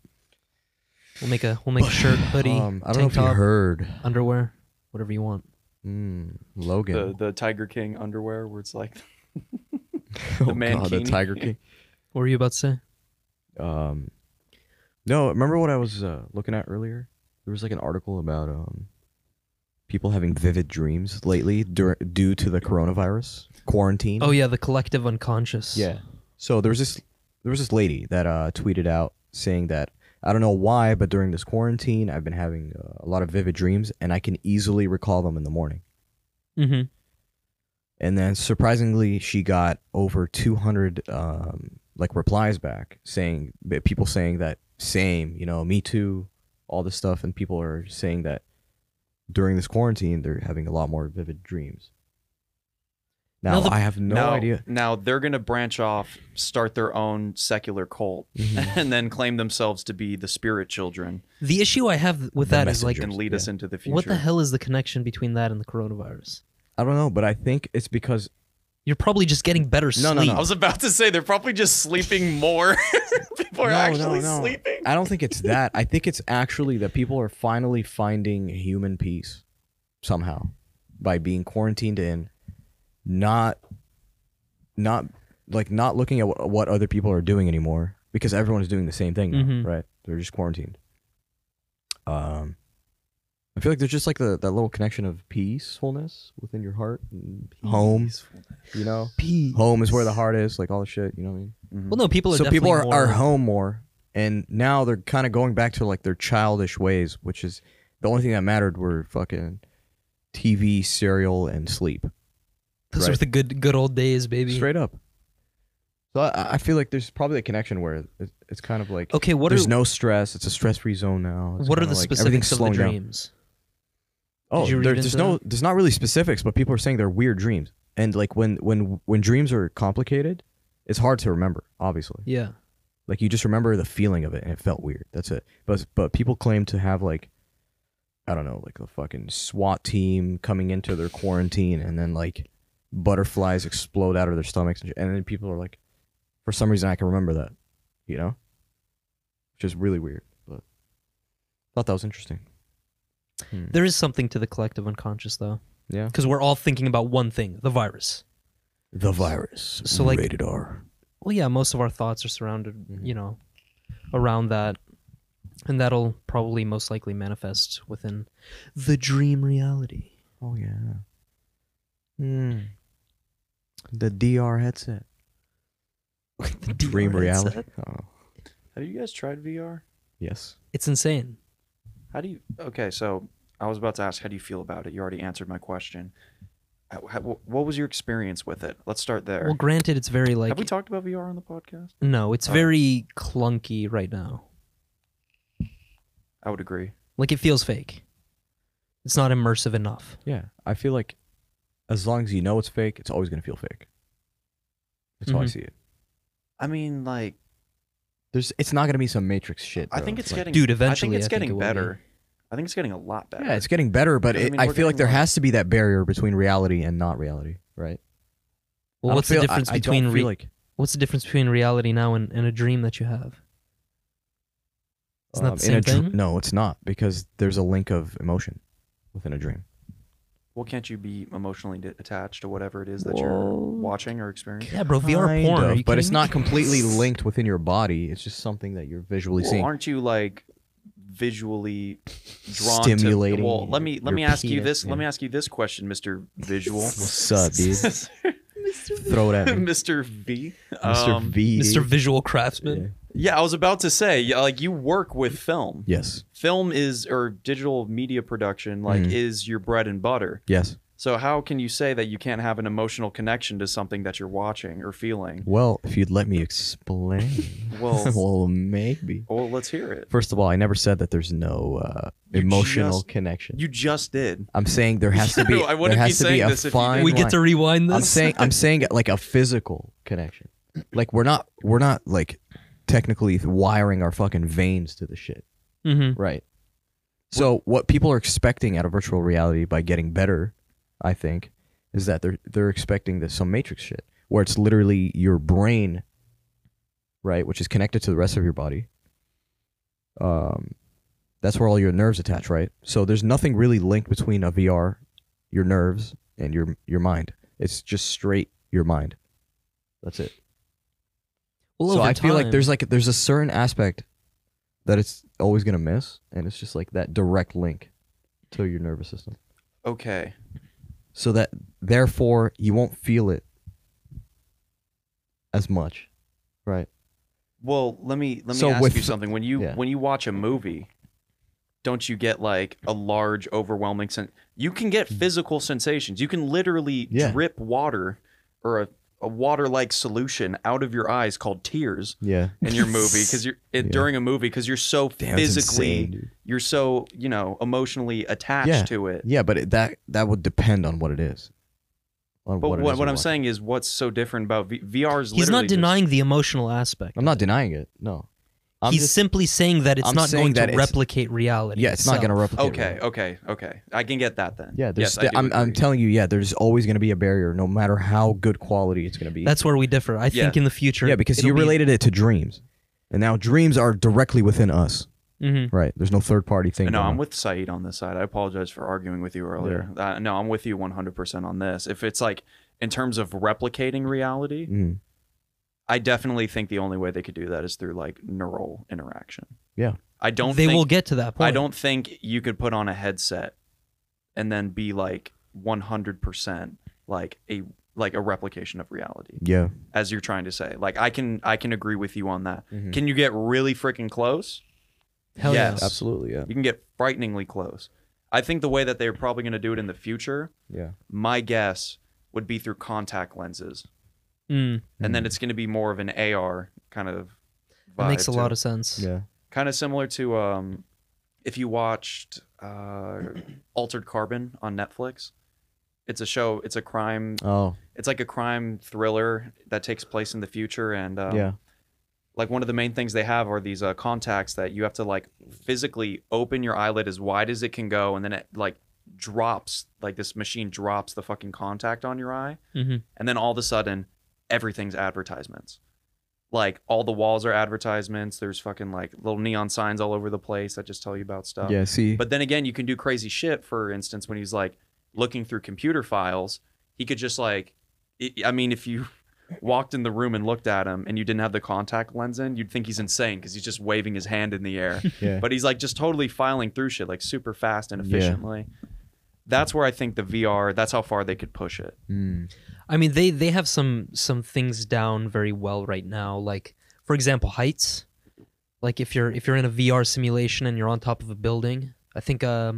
B: We'll make a we'll make a shirt, hoodie,
D: Um, I don't know
B: tank
D: if you
B: top,
D: heard.
B: underwear, whatever you want.
D: Mm, Logan.
C: The, the Tiger King underwear where it's like,
D: oh,
C: man
D: God, the
C: king.
D: Tiger King.
B: What were you about to say?
D: Um, no, remember what I was uh, looking at earlier? There was like an article about um, people having vivid dreams lately dur- due to the coronavirus quarantine.
B: Oh yeah, the collective unconscious.
D: yeah. So there was this there was this lady that uh, tweeted out saying that I don't know why, but during this quarantine, I've been having uh, a lot of vivid dreams, and I can easily recall them in the morning.
B: Mm-hmm.
D: And then surprisingly, she got over 200 um, like replies back saying that people saying that same, you know, me too, all this stuff. And people are saying that during this quarantine, they're having a lot more vivid dreams. Now,
B: Now the-
D: I have no
C: now,
D: idea.
C: Now they're going to branch off, start their own secular cult,
D: Mm-hmm.
C: and then claim themselves to be the spirit children
B: The issue I have with
D: The
B: that is like,
C: and lead us into the future.
B: what the hell is the connection between that and the coronavirus?
D: I don't know, but I think it's because
B: You're probably just getting better
D: No,
B: sleep.
D: no,
C: I
D: no.
C: was about to say they're probably just sleeping more. People are
D: No, no,
C: actually
D: no.
C: sleeping.
D: I don't think it's that. I think it's actually that people are finally finding human peace somehow by being quarantined in, not, not like not looking at what, what other people are doing anymore because everyone's doing the same thing, now,
B: Mhm.
D: right? They're just quarantined. Um, I feel like there's just like the, that little connection of peacefulness within your heart, and home. You know,
B: Peace.
D: home is where the heart is. Like all the shit. You know what I mean?
B: Well, no, people are
D: so people
B: definitely
D: are, are
B: more-
D: home more and now they're kind of going back to like their childish ways which is the only thing that mattered were fucking tv cereal and sleep
B: Those were
D: right.
B: the good good old days, baby.
D: straight up so i, I feel like there's probably a connection where it, it's kind of like
B: Okay, what are
D: there's no stress it's a stress-free zone now It's
B: what are
D: kinda
B: the
D: like everything's
B: specifics of the
D: slowing down.
B: dreams?
D: oh
B: Did you
D: there-
B: read
D: there's
B: into
D: no
B: that?
D: there's not really specifics but people are saying they're weird dreams and like when when when dreams are complicated it's hard to remember obviously
B: Yeah.
D: Like you just remember the feeling of it, and it felt weird. That's it. But but people claim to have like I don't know, like the fucking SWAT team coming into their quarantine and then like butterflies explode out of their stomachs and, sh- and then people are like for some reason I can remember that, you know? Which is really weird, but thought that was interesting. Hmm.
B: There is something to the collective unconscious though,
D: Yeah.
B: because we're all thinking about one thing: the virus.
D: The virus.
B: So, like-
D: rated R.
B: Well, yeah, most of our thoughts are surrounded,
D: Mhm.
B: you know, around that, and that'll probably most likely manifest within the dream reality.
D: Oh yeah. Hmm. The DR headset.
B: The
D: Dream
B: VR headset.
D: reality. Oh.
C: Have you guys tried VR?
D: Yes.
B: It's insane.
C: How do you? Okay, so I was about to ask, how do you feel about it? You already answered my question. How- how- wh- What was your experience with it? Let's start there.
B: Well, granted, it's very like
C: Have we talked about VR on the podcast?
B: no, it's
C: Oh.
B: very clunky right now.
C: I would agree.
B: Like it feels fake. It's not immersive enough.
D: Yeah, I feel like as long as you know it's fake, it's always gonna feel fake. That's how I
B: Mhm.
D: see it.
C: I mean, like,
D: There's, it's not gonna be some Matrix shit.
C: I
D: bro.
C: think it's,
D: like-
C: getting.
B: Dude,
C: I
B: eventually,
C: think
B: I
C: it's
B: think
C: getting
B: it will be.
C: better. I think it's getting a lot better.
D: yeah, it's getting better, but
C: Because, I
D: it,
C: mean,
D: I
C: we're
D: feel like
C: getting,
D: there
C: like-
D: has to be that barrier between reality and not reality, right? I
B: Well,
D: don't
B: what's
D: feel-
B: the difference
D: I, I
B: between
D: don't
B: re-
D: feel like
B: what's the difference between reality now and, and a dream that you have? Isn't that
D: um,
B: the
D: in
B: same
D: a dr-
B: thing?
D: No, it's not because there's a link of emotion within a dream.
C: Well, can't you be emotionally d- attached to whatever it is that you're watching or experiencing?
B: Yeah, bro, VR
D: Kind
B: porn. are
D: of,
B: you
D: but it's
B: kidding
D: not
B: me?
D: completely linked within your body. It's just something that you're visually
C: Well,
D: seeing.
C: aren't you like visually drawn
D: Stimulating
C: To, well, let
D: your-
C: me let
D: your
C: me ask you
D: penis,
C: this.
D: yeah.
C: Let me ask you this question, Mister Visual.
D: What's up, dude? Throw it at me,
C: Mr. V.
D: Mr.
C: Um,
D: V.
B: Mr. Visual
D: Yeah.
B: Craftsman.
C: Yeah, I was about to say, yeah, like you work with film.
D: Yes.
C: Film is or digital media production like
D: Mhm.
C: is your bread and butter.
D: Yes.
C: So how can you say that you can't have an emotional connection to something that you're watching or feeling?
D: Well, if you'd let me explain.
C: Well,
D: well, maybe.
C: well, let's hear it.
D: First of all, I never said that there's no uh,
C: You
D: emotional
C: just-
D: connection.
C: You just did.
D: I'm saying there has to be.
C: I wouldn't
D: there
C: be
D: has to be
C: saying
D: a
C: this if you
D: fine
C: didn't.
B: We get to
D: line.
B: rewind
D: I'm
B: this.
D: saying. I'm saying like a physical connection. Like we're not. We're not like technically wiring our fucking veins to the shit.
B: Mhm.
D: Right. So what people are expecting out of virtual reality by getting better, I think, is that they're they're expecting this some matrix shit where it's literally your brain, right, which is connected to the rest of your body. Um, that's where all your nerves attach, right? So there's nothing really linked between a VR, your nerves, and your your mind. It's just straight your mind. That's it
B: Well,
D: so
B: over
D: I feel like
B: time-
D: there's like there's a certain aspect that it's always gonna miss, and it's just like that direct link to your nervous system,
C: Okay.
D: so that therefore you won't feel it as much, right?
C: Well, let me let me
D: So
C: ask
D: with-
C: you something. When you
D: yeah.
C: when you watch a movie, don't you get like a large, overwhelming sense? You can get physical sensations. You can literally
D: Mm. Yeah.
C: drip water or a, a water-like solution out of your eyes called tears
D: Yeah,
C: in your movie because you're it,
D: Yeah.
C: during a movie because you're so physically you're so you know emotionally attached
D: Yeah.
C: to it.
D: Yeah, but it, that that would depend on what it is. On
C: But what,
D: it
C: what,
D: is you're
C: I'm
D: watching.
C: saying is, what's so different about v- VR's?
B: he's not
C: literally just-
B: denying the emotional aspect.
D: I'm not denying it. No, I'm
B: he's
D: just-
B: simply saying that it's
D: I'm
B: not
D: saying
B: going
D: that
B: to
D: it's-
B: replicate reality.
D: yeah, it's not gonna
B: itself.
D: replicate.
C: Okay, okay, okay. I can get that then.
D: Yeah,
C: yes,
D: there's
C: I
D: sti-
C: do
D: I'm, I'm
C: agree.
D: telling you, yeah, there's always going to be a barrier, no matter how good quality it's going to be.
B: That's where we differ. I
C: Yeah.
B: think in the future.
D: yeah, because
B: it'll
D: you
B: be-
D: related it to dreams, and now dreams are directly within us,
B: Mhm.
D: right? There's no third party thing.
C: No,
D: going
C: I'm
D: on.
C: with Saeed on this side. I apologize for arguing with you earlier. Uh, no, I'm with you 100% on this. If it's like in terms of replicating reality,
D: Mm.
C: I definitely think the only way they could do that is through like neural interaction.
D: Yeah.
C: I don't
B: they
C: think,
B: will get to that point.
C: I don't think you could put on a headset and then be like 100% like a like a replication of reality
D: Yeah,
C: as you're trying to say. Like I can I can agree with you on that.
D: Mhm.
C: Can you get really freaking close?
B: Hell
C: Yes.
B: yeah.
D: absolutely. Yeah,
C: You can get frighteningly close. I think the way that they're probably going to do it in the future,
D: yeah.
C: my guess would be through contact lenses.
B: Mm,
C: And
D: Mm-hmm.
C: then it's going to be more of an AR kind of
B: that makes a lot of
C: of
B: sense.
D: yeah.
C: kind of similar to um if you watched uh Altered Carbon on Netflix. It's a show, it's a crime,
D: Oh,
C: it's like a crime thriller that takes place in the future and um,
D: yeah.
C: like one of the main things they have are these uh, contacts that you have to like physically open your eyelid as wide as it can go, and then it like drops like this machine drops the fucking contact on your eye,
B: Mm-hmm.
C: and then all of a sudden everything's advertisements. Like all the walls are advertisements. There's fucking like little neon signs all over the place that just tell you about stuff.
D: yeah, see,
C: oh. But then again, you can do crazy shit. For instance, when he's like looking through computer files, he could just like, I- I mean, if you walked in the room and looked at him and you didn't have the contact lens in, you'd think he's insane because he's just waving his hand in the air.
D: yeah.
C: but he's like just totally filing through shit like super fast and
D: Yeah.
C: efficiently. That's where I think the VR. That's how far they could push it.
D: Mm.
B: I mean, they they have some some things down very well right now. Like for example, heights. Like if you're if you're in a VR simulation and you're on top of a building, I think um,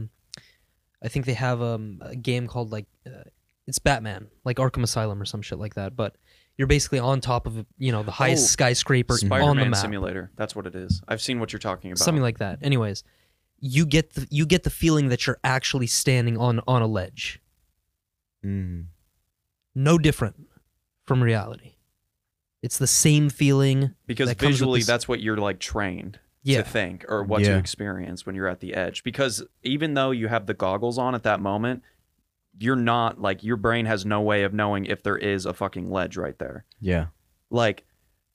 B: I think they have um, a game called like uh, it's Batman, like Arkham Asylum or some shit like that. But you're basically on top of you know the highest
C: Oh,
B: skyscraper on the
C: Spider-Man
B: map,
C: simulator. That's what it is. I've seen what you're talking about.
B: something like that. Anyways, you get the, you get the feeling that you're actually standing on on a ledge.
D: Mm.
B: No different from reality. It's the same feeling.
C: because
B: that comes with
C: visually
B: this-
C: that's what you're like trained
B: Yeah.
C: to think or what to
D: Yeah.
C: experience when you're at the edge because even though you have the goggles on at that moment you're not like your brain has no way of knowing if there is a fucking ledge right there
D: Yeah.
C: like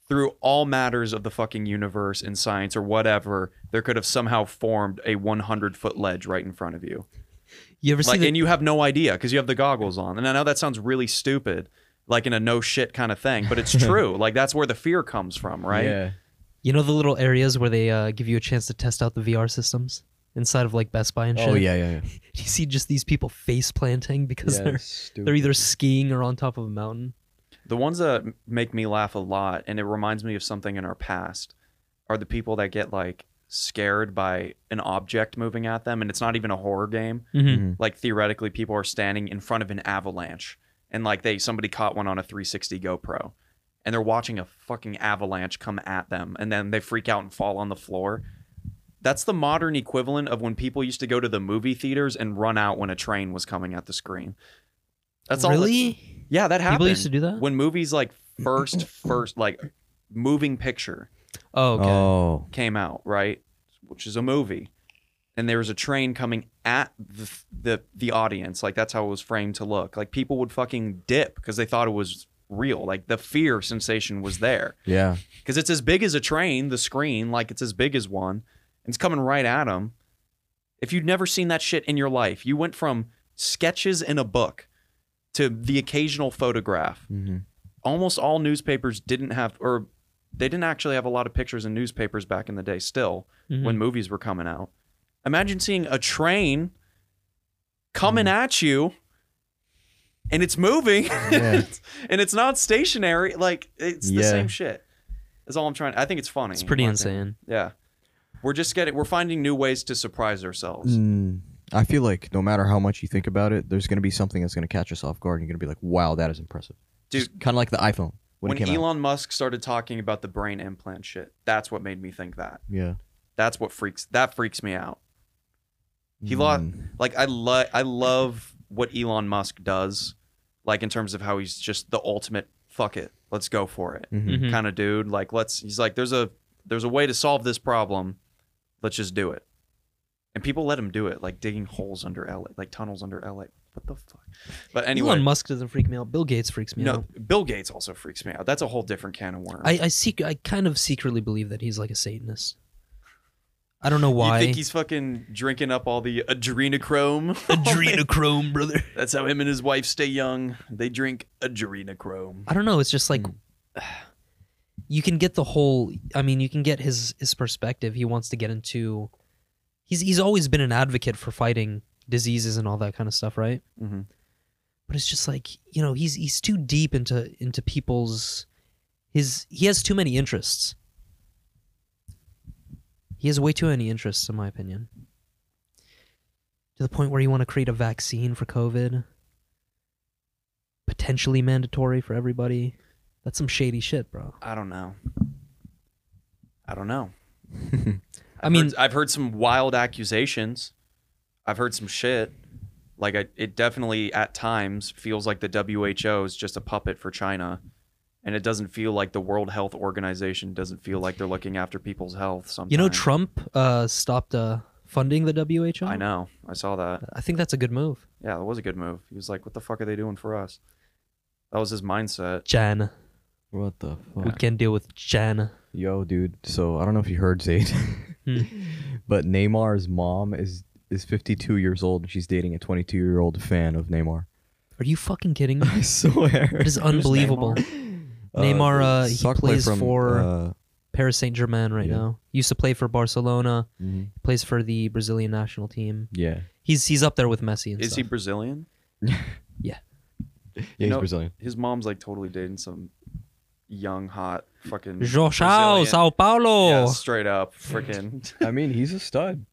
C: through all matters of the fucking universe and science or whatever there could have somehow formed a 100 foot ledge right in front of you
B: You ever
C: like
B: see the,
C: and you have no idea because you have the goggles on and i know that sounds really stupid like in a no shit kind of thing but it's true like that's where the fear comes from right
D: Yeah.
B: you know the little areas where they uh, give you a chance to test out the VR systems inside of like Best Buy and shit.
D: Oh yeah, yeah, yeah.
B: You see just these people face planting because
D: Yeah,
B: they're
D: it's stupid.
B: they're either skiing or on top of a mountain.
C: The ones that m- make me laugh a lot, and it reminds me of something in our past, are the people that get like scared by an object moving at them, and it's not even a horror game.
B: Mm-hmm.
C: Like theoretically, people are standing in front of an avalanche, and like they somebody caught one on a 360 GoPro, and they're watching a fucking avalanche come at them, and then they freak out and fall on the floor. That's the modern equivalent of when people used to go to the movie theaters and run out when a train was coming at the screen. That's all. that-
B: really.
C: yeah, that happened.
B: People used to do that?
C: when movies like first, first like moving picture
B: Oh, okay.
D: Oh.
C: came out, right? Which is a movie, and there was a train coming at the the, the audience. Like that's how it was framed to look. Like people would fucking dip because they thought it was real. Like the fear sensation was there
D: Yeah.
C: because it's as big as a train. The screen, like it's as big as one, and it's coming right at them. If you'd never seen that shit in your life, you went from sketches in a book to the occasional photograph
D: Mm-hmm.
C: almost all newspapers didn't have or they didn't actually have a lot of pictures in newspapers back in the day still
B: Mhm.
C: when movies were coming out imagine seeing a train coming
B: Mm.
C: at you and it's moving
D: Yeah.
C: and it's not stationary like it's the
D: Yeah.
C: same shit that's all i'm trying i think it's funny
B: it's pretty
C: in my opinion.
B: insane.
C: yeah we're just getting we're finding new ways to surprise ourselves
D: Mm, I feel like no matter how much you think about it, there's going to be something that's going to catch us off guard. And you're going to be like, wow, that is impressive.
C: dude
D: Kind of like the iPhone when,
C: when,
D: it came out.
C: elon musk started talking about the brain implant shit that's what made me think that
D: Yeah.
C: that's what freaks that freaks me out He lost.
D: Mm-hmm.
B: Hmm.
C: Like I love I love what Elon Musk does, like in terms of how he's just the ultimate fuck it, let's go for it
D: Mm-hmm.
B: Mhm.
C: kind of dude. Like let's he's like there's a there's a way to solve this problem, let's just do it. And people let him do it, like digging holes under LA, like tunnels under LA. What the fuck? But anyway,
B: Elon Musk doesn't freak me out. Bill Gates freaks me
C: no,
B: out.
C: Bill Gates also freaks me out. That's a whole different can of worms.
B: I I sec- I kind of secretly believe that he's like a Satanist. I don't know
C: you
B: why.
C: think he's fucking drinking up all the adrenochrome?
B: adrenochrome, brother.
C: That's how him and his wife stay young. They drink adrenochrome.
B: I don't know. It's just like you can get the whole. I mean, you can get his his perspective. He wants to get into. He's he's always been an advocate for fighting diseases and all that kind of stuff, right?
C: Mm-hmm.
B: But it's just like you know he's he's too deep into into people's his he has too many interests. He has way too many interests, in my opinion. To the point where you want to create a vaccine for COVID, potentially mandatory for everybody. That's some shady shit, bro.
C: I don't know. I don't know.
B: I
C: I've
B: mean-
C: heard- I've heard some wild accusations. I've heard some shit. Like, I, it definitely at times feels like the WHO is just a puppet for China and it doesn't feel like the World Health Organization doesn't feel like they're looking after people's health. Sometimes
B: You know, Trump uh, stopped uh, funding the WHO.
C: I know. I saw that.
B: I think that's a good move.
C: Yeah, that was a good move. He was like, "What the fuck are they doing for us?" That was his mindset.
B: Jan,
C: Mm-hmm.
D: What the
B: we
D: fuck?
B: can deal with Jan.
D: Yo, dude. So I don't know if you heard Zayd,
B: Hmm.
D: but Neymar's mom is is 52 years old and she's dating a 22 year old fan of Neymar.
B: Are you fucking kidding me?
D: I swear.
B: It is unbelievable. Neymar, uh, he
D: soccer player
B: plays for-
D: uh,
B: Paris Saint Germain right
D: Yeah.
B: now. Used to play for Barcelona.
D: mhm.
B: Plays for the Brazilian national team.
D: yeah,
B: He's he's up there with Messi and
C: Is he
B: stuff.
C: Brazilian?
D: yeah, he's
C: know-
D: Brazilian.
C: His mom's like totally dating some young, hot fucking.
B: João
C: Brazilian.
B: Sao Paulo.
C: Yeah, straight up, freaking
D: I mean, he's a stud,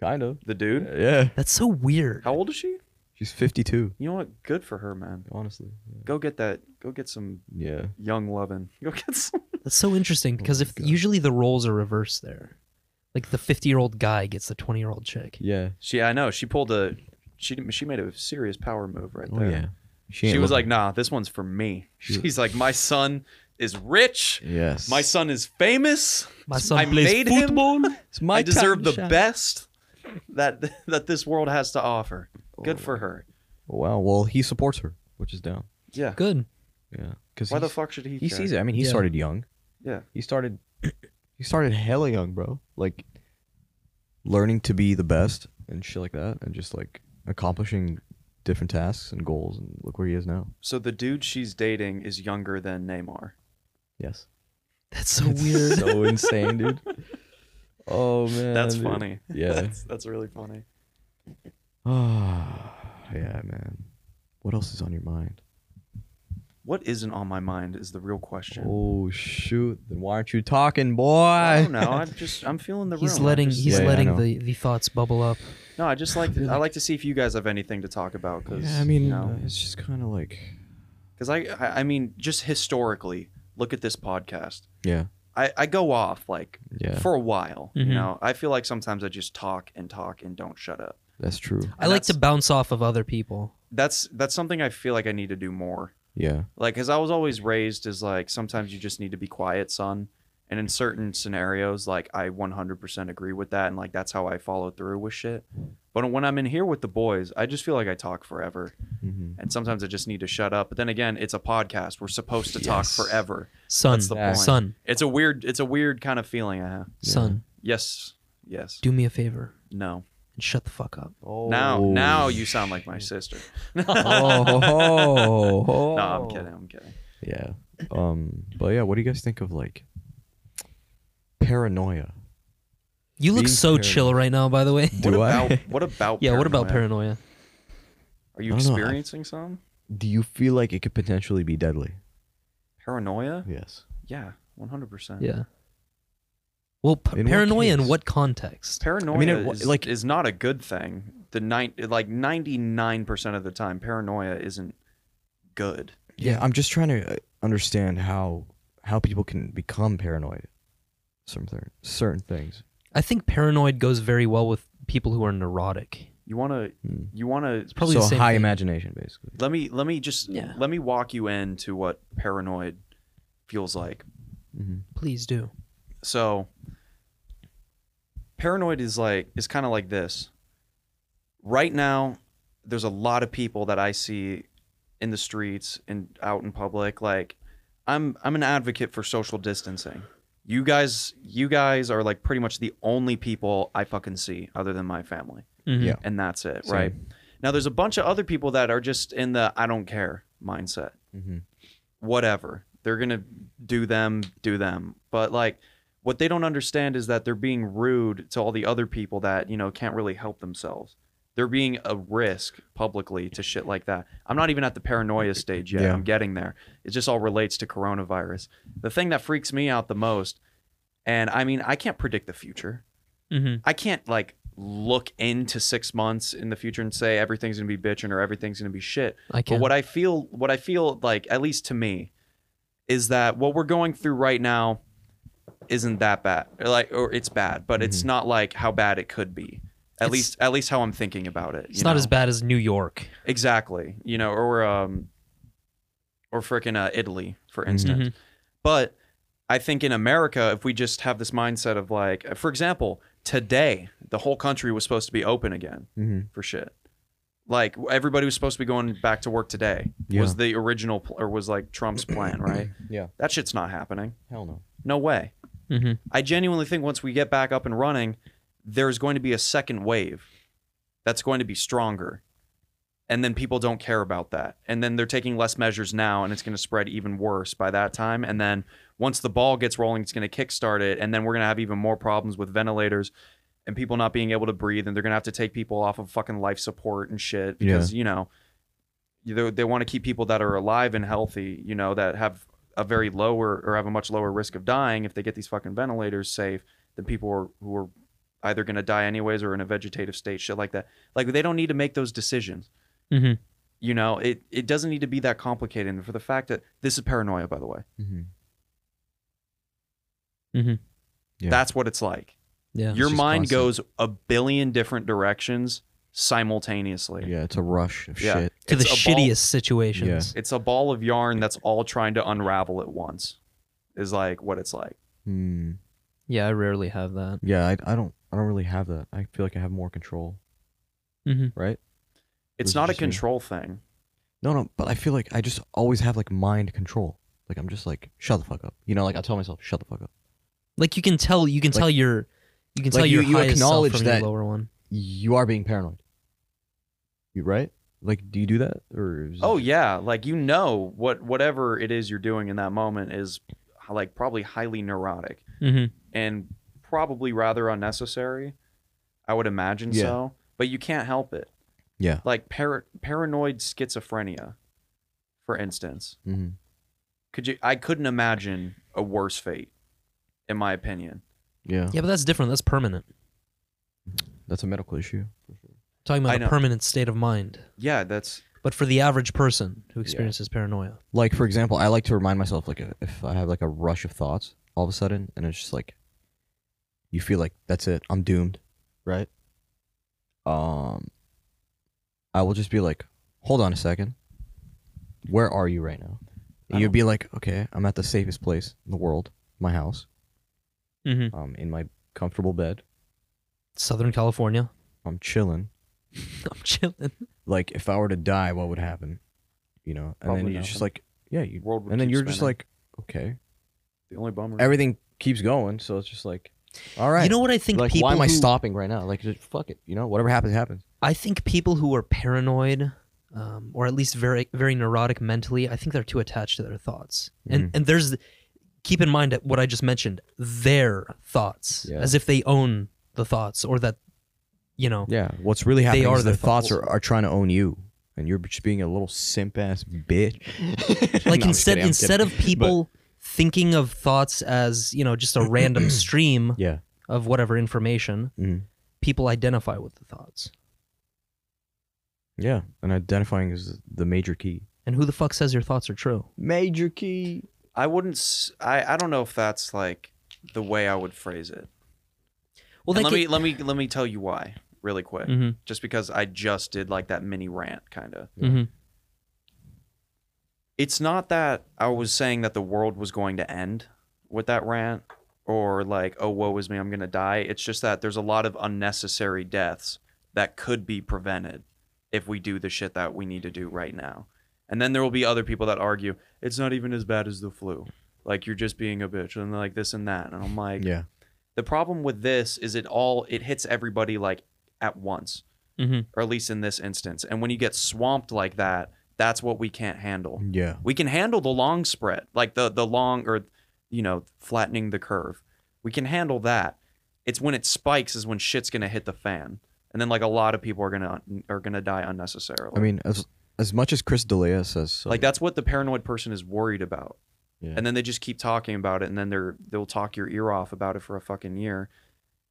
D: kind of.
C: the dude.
D: Yeah,
B: That's so weird.
C: How old is she?
D: she's 52.
C: You know what? Good for her, man.
D: Honestly,
C: Go get that. Go get some
D: yeah.
C: young lovin'. Go get some.
B: That's so
C: Oh
B: interesting because
D: my
B: if
D: God.
B: usually the roles are reversed there, like the fifty-year-old guy gets the twenty-year-old chick.
D: Yeah.
C: She, I know. She pulled a. She she made a serious power move right
D: Oh
C: there.
D: yeah.
C: She,
D: ain't
C: was like,
D: looking-
C: "Nah, this one's for me."
D: She-
C: She's like, "My son is rich.
D: yes.
C: My son is famous.
B: My son
C: I
B: plays
C: made
B: football.
C: him.
D: It's my
C: I deserve
D: time
C: the
D: to shine."
C: best that that this world has to offer."
D: Oh,
C: Good for her.
D: Wow. Well, he supports her, which is down.
C: Yeah.
B: Good.
D: Yeah. Because
C: Why the fuck should he?
D: He
C: care?
D: sees it. I mean, he
B: Yeah.
D: started young.
C: Yeah.
D: He started. He started hella young, bro. Like learning to be the best and shit like that, and just like accomplishing different tasks and goals. And look where he is now.
C: So the dude she's dating is younger than Neymar.
D: Yes.
B: That's so weird.
D: so insane, dude. Oh man.
C: That's
D: dude.
C: funny.
D: Yeah.
C: That's, that's really funny.
D: yeah, man. What else is on your mind?
C: What isn't on my mind is the real question.
D: Oh shoot! Then why aren't you talking, boy?
C: I don't know. I'm just I'm feeling the
B: he's
C: room. I
B: letting
C: just-
B: he's
D: Yeah, yeah, I
B: letting
D: know.
B: the, the thoughts bubble up.
C: No, I just like to, I like to see if you guys have anything to talk about because
D: Yeah, I mean,
C: you know,
D: uh, it's just kind of like
C: 'cause I, I I mean just historically look at this podcast.
D: yeah,
C: I, I go off like
D: yeah.
C: for a while.
B: Mhm.
C: You know, I feel like sometimes I just talk and talk and don't shut up.
D: That's true.
B: I like to
C: that's-
B: bounce off of other people.
C: That's that's something I feel like I need to do more.
D: Yeah,
C: Like, because I was always raised as like sometimes you just need to be quiet, son. And in certain scenarios, like I 100% agree with that, and like that's how I follow through with shit. But when I'm in here with the boys, I just feel like I talk forever,
D: mm-hmm.
C: and sometimes I just need to shut up. But then again, it's a podcast; we're supposed to talk
D: Yes.
C: forever.
B: Son,
C: That's the
D: point.
B: son,
C: It's a weird, it's a weird kind of feeling I have.
B: son,
C: Yes, yes,
B: do me a favor
C: no.
B: and shut the fuck up.
D: Oh.
C: Now, now you sound like my sister.
D: oh.
C: No, I'm kidding. I'm kidding.
D: Yeah. Um. But yeah, what do you guys think of like paranoia?
B: You look
D: Being
B: so
D: paranoid.
B: chill right now, by the way.
C: What
D: Do I?
C: about what about
B: yeah, what about paranoia?
C: paranoia? Are you
D: I don't know.
C: experiencing some
D: Do you feel like it could potentially be deadly?
C: paranoia?
D: Yes.
C: Yeah, one hundred percent.
B: Yeah. Well, p-
D: In what
B: paranoia in
D: case?
B: what context?
C: Paranoia
D: I mean, it wa-
C: is,
D: like-
C: like is not a good thing. The nine like ninety nine percent of the time, paranoia isn't good.
D: Yeah,
B: Yeah.
D: I'm just trying to uh, understand how how people can become paranoid. Certain certain things.
B: I think paranoid goes very well with people who are neurotic.
C: You wanna
D: Hmm.
C: you wanna
B: Probably
D: so
B: the same
D: high
B: thing.
D: imagination, basically.
C: let me let me just
B: Yeah.
C: let me walk you into what paranoid feels like.
D: Mm-hmm.
B: Please do.
C: So paranoid is like is kind of like this. Right now, there's a lot of people that I see in the streets and out in public. Like, I'm I'm an advocate for social distancing. You guys, you guys are like pretty much the only people I fucking see other than my family,
B: Mhm.
D: Yeah.
C: and that's it,
D: Same.
C: right? Now there's a bunch of other people that are just in the I don't care mindset
D: Mm-hmm.
C: whatever. They're going to do them, do them. But like what they don't understand is that they're being rude to all the other people that, you know, can't really help themselves. They're being a risk publicly to shit like that. I'm not even at the paranoia stage yet.
D: Yeah.
C: I'm getting there. It just all relates to coronavirus. The thing that freaks me out the most, and I mean, I can't predict the future.
B: Mhm.
C: I can't like look into six months in the future and say everything's gonna be bitching or everything's gonna be shit.
B: I
C: But
B: can.
C: what I feel, what I feel like, at least to me, is that what we're going through right now isn't that bad. Or like, or it's bad, but it's not like how bad it could be. At
B: It's-
C: least, at least how I'm thinking about it.
B: it's not as bad as New York.
C: Exactly. You know, or um, or freaking uh, Italy, for instance. But I think in America, if we just have this mindset of like, for example, today the whole country was supposed to be open again
D: Mhm.
C: for shit. Like everybody was supposed to be going back to work today.
D: Yeah.
C: Was the original pl- or was like Trump's plan, right?
D: Yeah.
C: That shit's not happening.
D: Hell no.
C: No way.
B: Mm-hmm.
C: I genuinely think once we get back up and running, there's going to be a second wave that's going to be stronger. And then people don't care about that. And then they're taking less measures now, and it's going to spread even worse by that time. And then once the ball gets rolling, it's going to kickstart it. And then we're going to have even more problems with ventilators and people not being able to breathe. And they're going to have to take people off of fucking life support and shit because, you know, they, they want to keep people that are alive and healthy, you know, that have a very lower or have a much lower risk of dying if they get these fucking ventilators safe than people who are, who are either going to die anyways or in a vegetative state, shit like that. Like they don't need to make those decisions.
B: Mhm.
C: You know, it, it doesn't need to be that complicated. And for the fact that this is paranoia, by the way,
D: Mm-hmm. Yeah.
C: that's what it's like.
B: Yeah.
C: Your
D: just
C: mind
D: constant.
C: goes a billion different directions simultaneously.
D: Yeah, it's a rush of
C: Yeah.
D: shit.
B: to the
C: It's a ball-
B: shittiest situations.
C: It's a ball of yarn that's all trying to unravel at once. Is like what it's like.
D: Hmm.
B: Yeah. I rarely have that.
D: Yeah, I, I don't I don't really have that. I feel like I have more control,
B: Mm-hmm.
D: right?
C: It's
D: Was it
C: not a
D: just me?
C: control thing.
D: No, no, but I feel like I just always have like mind control. Like I'm just like shut the fuck up. You know, like I tell myself shut the fuck up.
B: Like you can tell, you can
D: Like-
B: tell your, you can
D: like
B: tell
D: you-
B: your
D: you
B: highest self
D: acknowledge
B: from
D: that-
B: your lower one.
D: You are being paranoid. You right? Like do you do that or is
C: Oh
D: it-
C: yeah, like you know what whatever it is you're doing in that moment is like probably highly neurotic
B: Mm-hmm.
C: and probably rather unnecessary. I would imagine
D: Yeah.
C: so, but you can't help it.
D: Yeah.
C: Like par- paranoid schizophrenia, for instance.
D: Mhm.
C: Could you? I couldn't imagine a worse fate, in my opinion.
D: Yeah.
B: Yeah, but that's different. That's permanent.
D: That's a medical issue.
B: talking
C: I
B: about a
C: know.
B: permanent state of mind.
C: Yeah, that's
B: But for the average person who experiences paranoia,
D: Like for example, I like to remind myself like if- if I have like a rush of thoughts all of a sudden and it's just like you feel like that's it, I'm doomed, right? Um I will just be like, "Hold on a second. Where are you right now?"
C: I
D: And you'd be like, "Okay, I'm at the safest place in the world, my house,
B: mm-hmm.
D: um in my comfortable bed.
B: Southern California,
D: I'm chilling.
B: I'm chilling.
D: Like if I were to die, what would happen?" You know? And
C: Probably
D: then you're just
C: nothing.
D: like, "Yeah, you
C: world. would
D: And then
C: keep
D: you're just
C: spinning.
D: like, "Okay,
C: the only bummer.
D: everything keeps going, so it's just like, all right.
B: You know what I think?
D: like,
B: people
D: why am I
B: who-
D: stopping right now? Like, just fuck it. You know, whatever happens, happens.
B: I think people who are paranoid, um, or at least very very neurotic mentally, I think they're too attached to their thoughts. And
D: Mm-hmm.
B: and there's keep in mind what I just mentioned, their thoughts,
D: Yeah.
B: as if they own the thoughts, or that you know.
D: Yeah. What's really happening
B: are
D: is their
B: the
D: thoughts
B: fools.
D: are, are trying to own you, and you're just being a little simp ass bitch.
B: Like instead instead of people thinking of thoughts as you know just a random stream
D: Yeah.
B: of whatever information,
D: Mhm.
B: people identify with the thoughts.
D: Yeah. And identifying is the major key.
B: And who the fuck says your thoughts are true?
D: Major key.
C: I wouldn't. s- I I don't know if that's like the way I would phrase it.
B: Well,
C: And
B: that
C: let
B: get-
C: me let me let me tell you why really quick.
B: Mhm.
C: Just because I just did like that mini rant kind of.
B: Mhm.
C: It's not that I was saying that the world was going to end with that rant or like oh woe is me I'm going to die. It's just that there's a lot of unnecessary deaths that could be prevented if we do the shit that we need to do right now. And then there will be other people that argue it's not even as bad as the flu. Like you're just being a bitch and like this and that. And I'm like
D: Yeah.
C: the problem with this is it all it hits everybody like at once
B: Mhm.
C: or at least in this instance and when you get swamped like that that's what we can't handle
D: Yeah.
C: we can handle the long spread like the the long or you know flattening the curve we can handle that it's when it spikes is when shit's gonna hit the fan and then like a lot of people are gonna are gonna die unnecessarily
D: I mean, as as much as Chris D'Elia says, so,
C: like that's what the paranoid person is worried about
D: Yeah.
C: and then they just keep talking about it and then they're they'll talk your ear off about it for a fucking year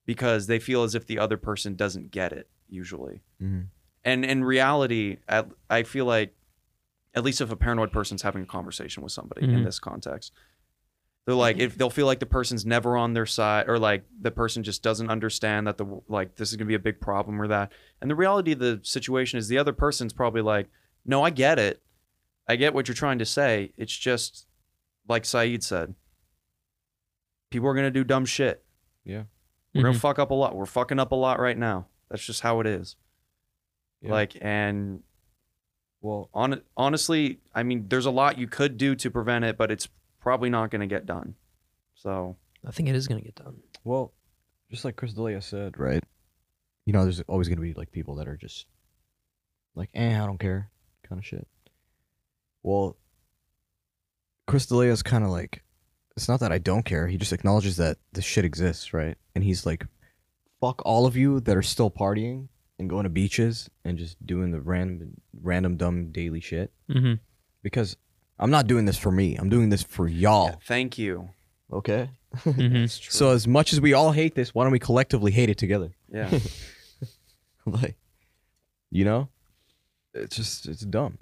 C: because they feel as if the other person doesn't get it usually
D: Mhm.
C: and in reality at, i feel like at least if a paranoid person's having a conversation with somebody in
B: Mhm.
C: this context they're like if they'll feel like the person's never on their side or like the person just doesn't understand that the like this is going to be a big problem or that and the reality of the situation is the other person's probably like no i get it I get what you're trying to say. It's just like Saeed said. People are gonna do dumb shit. We're
B: Mm-hmm.
C: gonna fuck up a lot. We're fucking up a lot right now. That's just how it is.
D: Yeah.
C: Like and
D: Well,
C: on honestly, I mean, there's a lot you could do to prevent it, but it's probably not gonna get done. So
B: I think it is gonna get done.
D: well, just like Chris D'Elia said, right? You know, there's always gonna be like people that are just like, eh, I don't care, kind of shit. Well, Chris D'Elia is kind of like, it's not that I don't care. He just acknowledges that this shit exists, right? And he's like, fuck all of you that are still partying and going to beaches and just doing the random, random dumb daily shit.
B: Mm-hmm.
D: Because I'm not doing this for me. I'm doing this for y'all.
C: thank you.
D: Okay.
B: mm-hmm.
C: It's true.
D: So as much as we all hate this, why don't we collectively hate it together?
C: yeah.
D: like, you know, it's just it's dumb.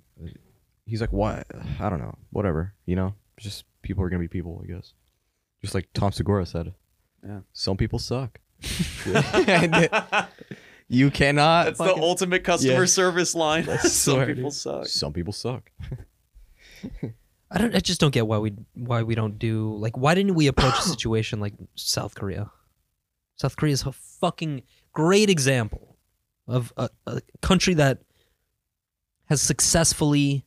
D: He's like, why? I don't know. Whatever. You know, It's just people are gonna be people, I guess. Just like Tom Segura said.
C: Yeah.
D: Some people suck. And you cannot.
C: That's the
D: fucking-
C: ultimate customer
D: Yeah.
C: service line. Some
D: swear,
C: people
D: dude.
C: suck.
D: Some people suck.
B: I don't. I just don't get why we why we don't do like why didn't we approach a situation like South Korea? South Korea is a fucking great example of a, a country that has successfully,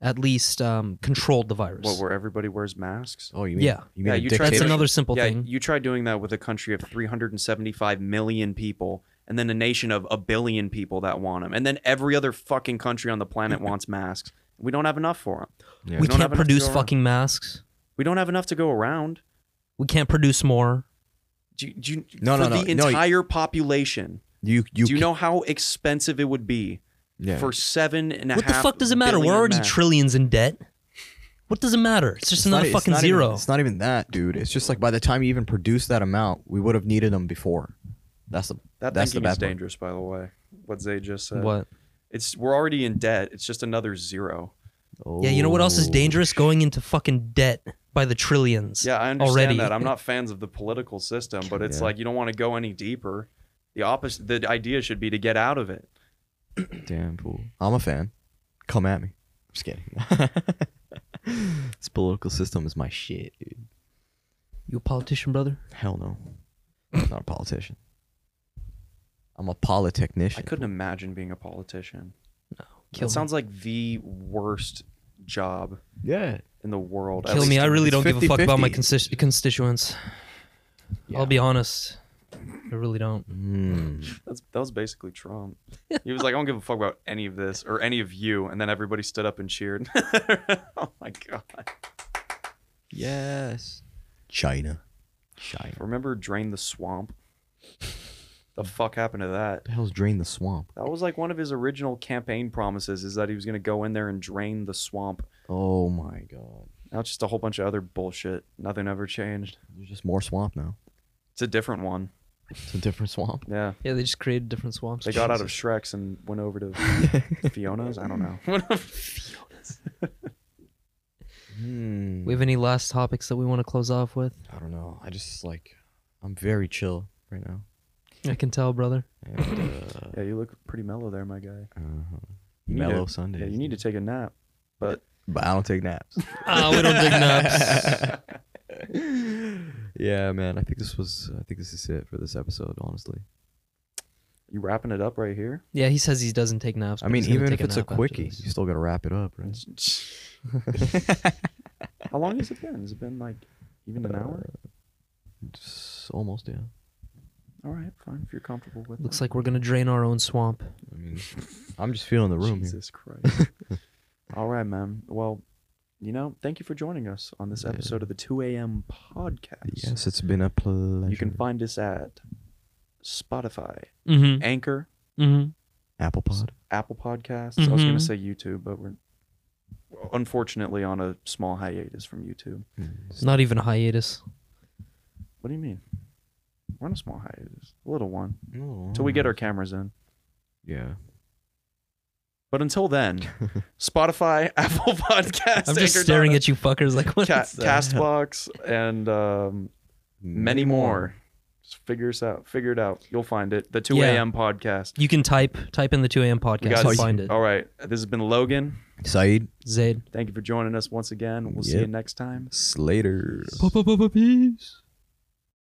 B: at least, um, controlled the virus.
C: What, where everybody wears masks?
D: Oh, you mean?
B: Yeah.
D: You mean
C: Yeah,
D: a
C: you tried
D: dictator?
B: That's
C: Taylor-
B: another simple
C: yeah,
B: thing.
C: you try doing that with a country of 375 million people and then a nation of a billion people that want them. And then every other fucking country on the planet wants masks. We don't have enough for them.
D: Yeah.
B: we
C: don't have
B: can't
C: enough to
B: produce
C: go around.
B: fucking masks.
C: We don't have enough to go around.
B: We can't produce more.
C: Do you, do you,
D: No,
C: for
D: no, no,
C: the
D: no, you-
C: entire population,
D: You you
C: do you
D: ca-
C: know how expensive it would be
D: yeah.
C: for seven and a half?
B: What the fuck does it matter? We're
C: billion
B: already
C: masks?
B: trillions in debt. What does it matter? It's just
D: It's
B: another
D: not- it's
B: fucking
D: not even-
B: zero.
D: it's not even that, dude. It's just like by the time you even produce that amount, we would have needed them before. That's the
C: That
D: that's the
C: thinking is
D: bad part.
C: dangerous, by the way. What Zay just said.
B: what?
C: It's we're already in debt. It's just another zero.
B: Yeah, you know what else is
D: Oh.
B: dangerous? Going into fucking debt by the trillions.
C: Yeah, I understand
B: already.
C: that. I'm not fans of the political system, but it's
D: Yeah.
C: like you don't want to go any deeper. The opposite. The idea should be to get out of it.
D: Damn fool. I'm a fan. Come at me. I'm just kidding. this political system is my shit, dude.
B: You a politician, brother?
D: Hell no. I'm not a politician. I'm a polytechnician.
C: I couldn't imagine being a politician.
B: Kill me.
C: It sounds like the worst job
D: Yeah.
C: in the world. at
B: Kill me.
C: least
B: I
C: in-
B: really
D: it's
B: don't give a fuck about my
D: 50-50.
B: consti- constituents.
D: Yeah.
B: I'll be honest. I really don't.
D: Mm.
C: That's, that was basically Trump. He was like, I don't give a fuck about any of this or any of you. And then everybody stood up and cheered. oh my God.
D: Yes. China. China. What
C: Remember Drain the Swamp? The fuck happened to that?
D: the hell's drain the swamp?
C: That was like one of his original campaign promises is that he was going to go in there and drain the swamp.
D: Oh my god.
C: Now it's just a whole bunch of other bullshit. Nothing ever changed.
D: There's just more swamp now.
C: It's a different one.
D: It's a different swamp.
C: Yeah.
B: Yeah, they just created different swamps.
C: They got out of Shrek's and went over to Fiona's. I don't know.
D: Hmm.
B: We have any last topics that we want to close off with?
D: I don't know. I just like I'm very chill right now.
B: I can tell, brother.
D: And, uh,
C: Yeah, you look pretty mellow there, my guy.
D: uh-huh.
C: You need
D: Mellow
C: to-
D: Sundays.
C: Yeah, you need to take a nap. But
D: But I don't take naps.
B: Ah, we don't dig naps.
D: yeah, man. I think this was. I think this is it for this episode. Honestly,
C: you wrapping it up right here?
B: Yeah, he says he doesn't take naps.
D: I
B: but
D: mean,
B: he's gonna
D: even
B: take
D: if it's a
B: nap after
D: quickie,
B: this.
D: you still gotta wrap it up, right?
C: How long has it been? Has it been like even an hour?
D: Uh, It's almost, yeah. Uh,
C: All right, fine. If you're comfortable with
B: Looks
C: it.
B: like we're gonna drain our own swamp.
D: I mean, I'm just feeling the room here.
C: Jesus Christ. All right, man. Well, you know, thank you for joining us on this
D: Yeah.
C: episode of the 2 a.m. podcast.
D: Yes, it's been a pleasure.
C: You can find us at Spotify,
B: Mm-hmm.
C: Anchor,
B: Mm-hmm.
D: Apple Pod.
C: Apple Podcasts. I
D: Mm-hmm.
C: was going
B: Mhm.
C: to say YouTube, but we're unfortunately on a small hiatus from YouTube.
D: Mm.
B: Not even a hiatus.
C: What do you mean? We're on a small hiatus, a little one, until we get our cameras in.
D: Yeah.
C: But until then, Spotify, Apple Podcasts,
B: I'm just
C: Anchor
B: staring
C: Dot-
B: at you fuckers like what
C: Ca-
B: is that?
C: Castbox and um, many more. Just figure us out. Figure it out. You'll find it. The 2
B: Yeah.
C: a.m. podcast.
B: You can type type in the 2 a.m. podcast
C: guys-
B: and find it. Oh.
C: All right. This has been Logan.
D: Saeed
B: Zaid.
C: Thank you for joining us once again. We'll see you
D: Yep.
C: next time.
D: Slater.
B: Peace.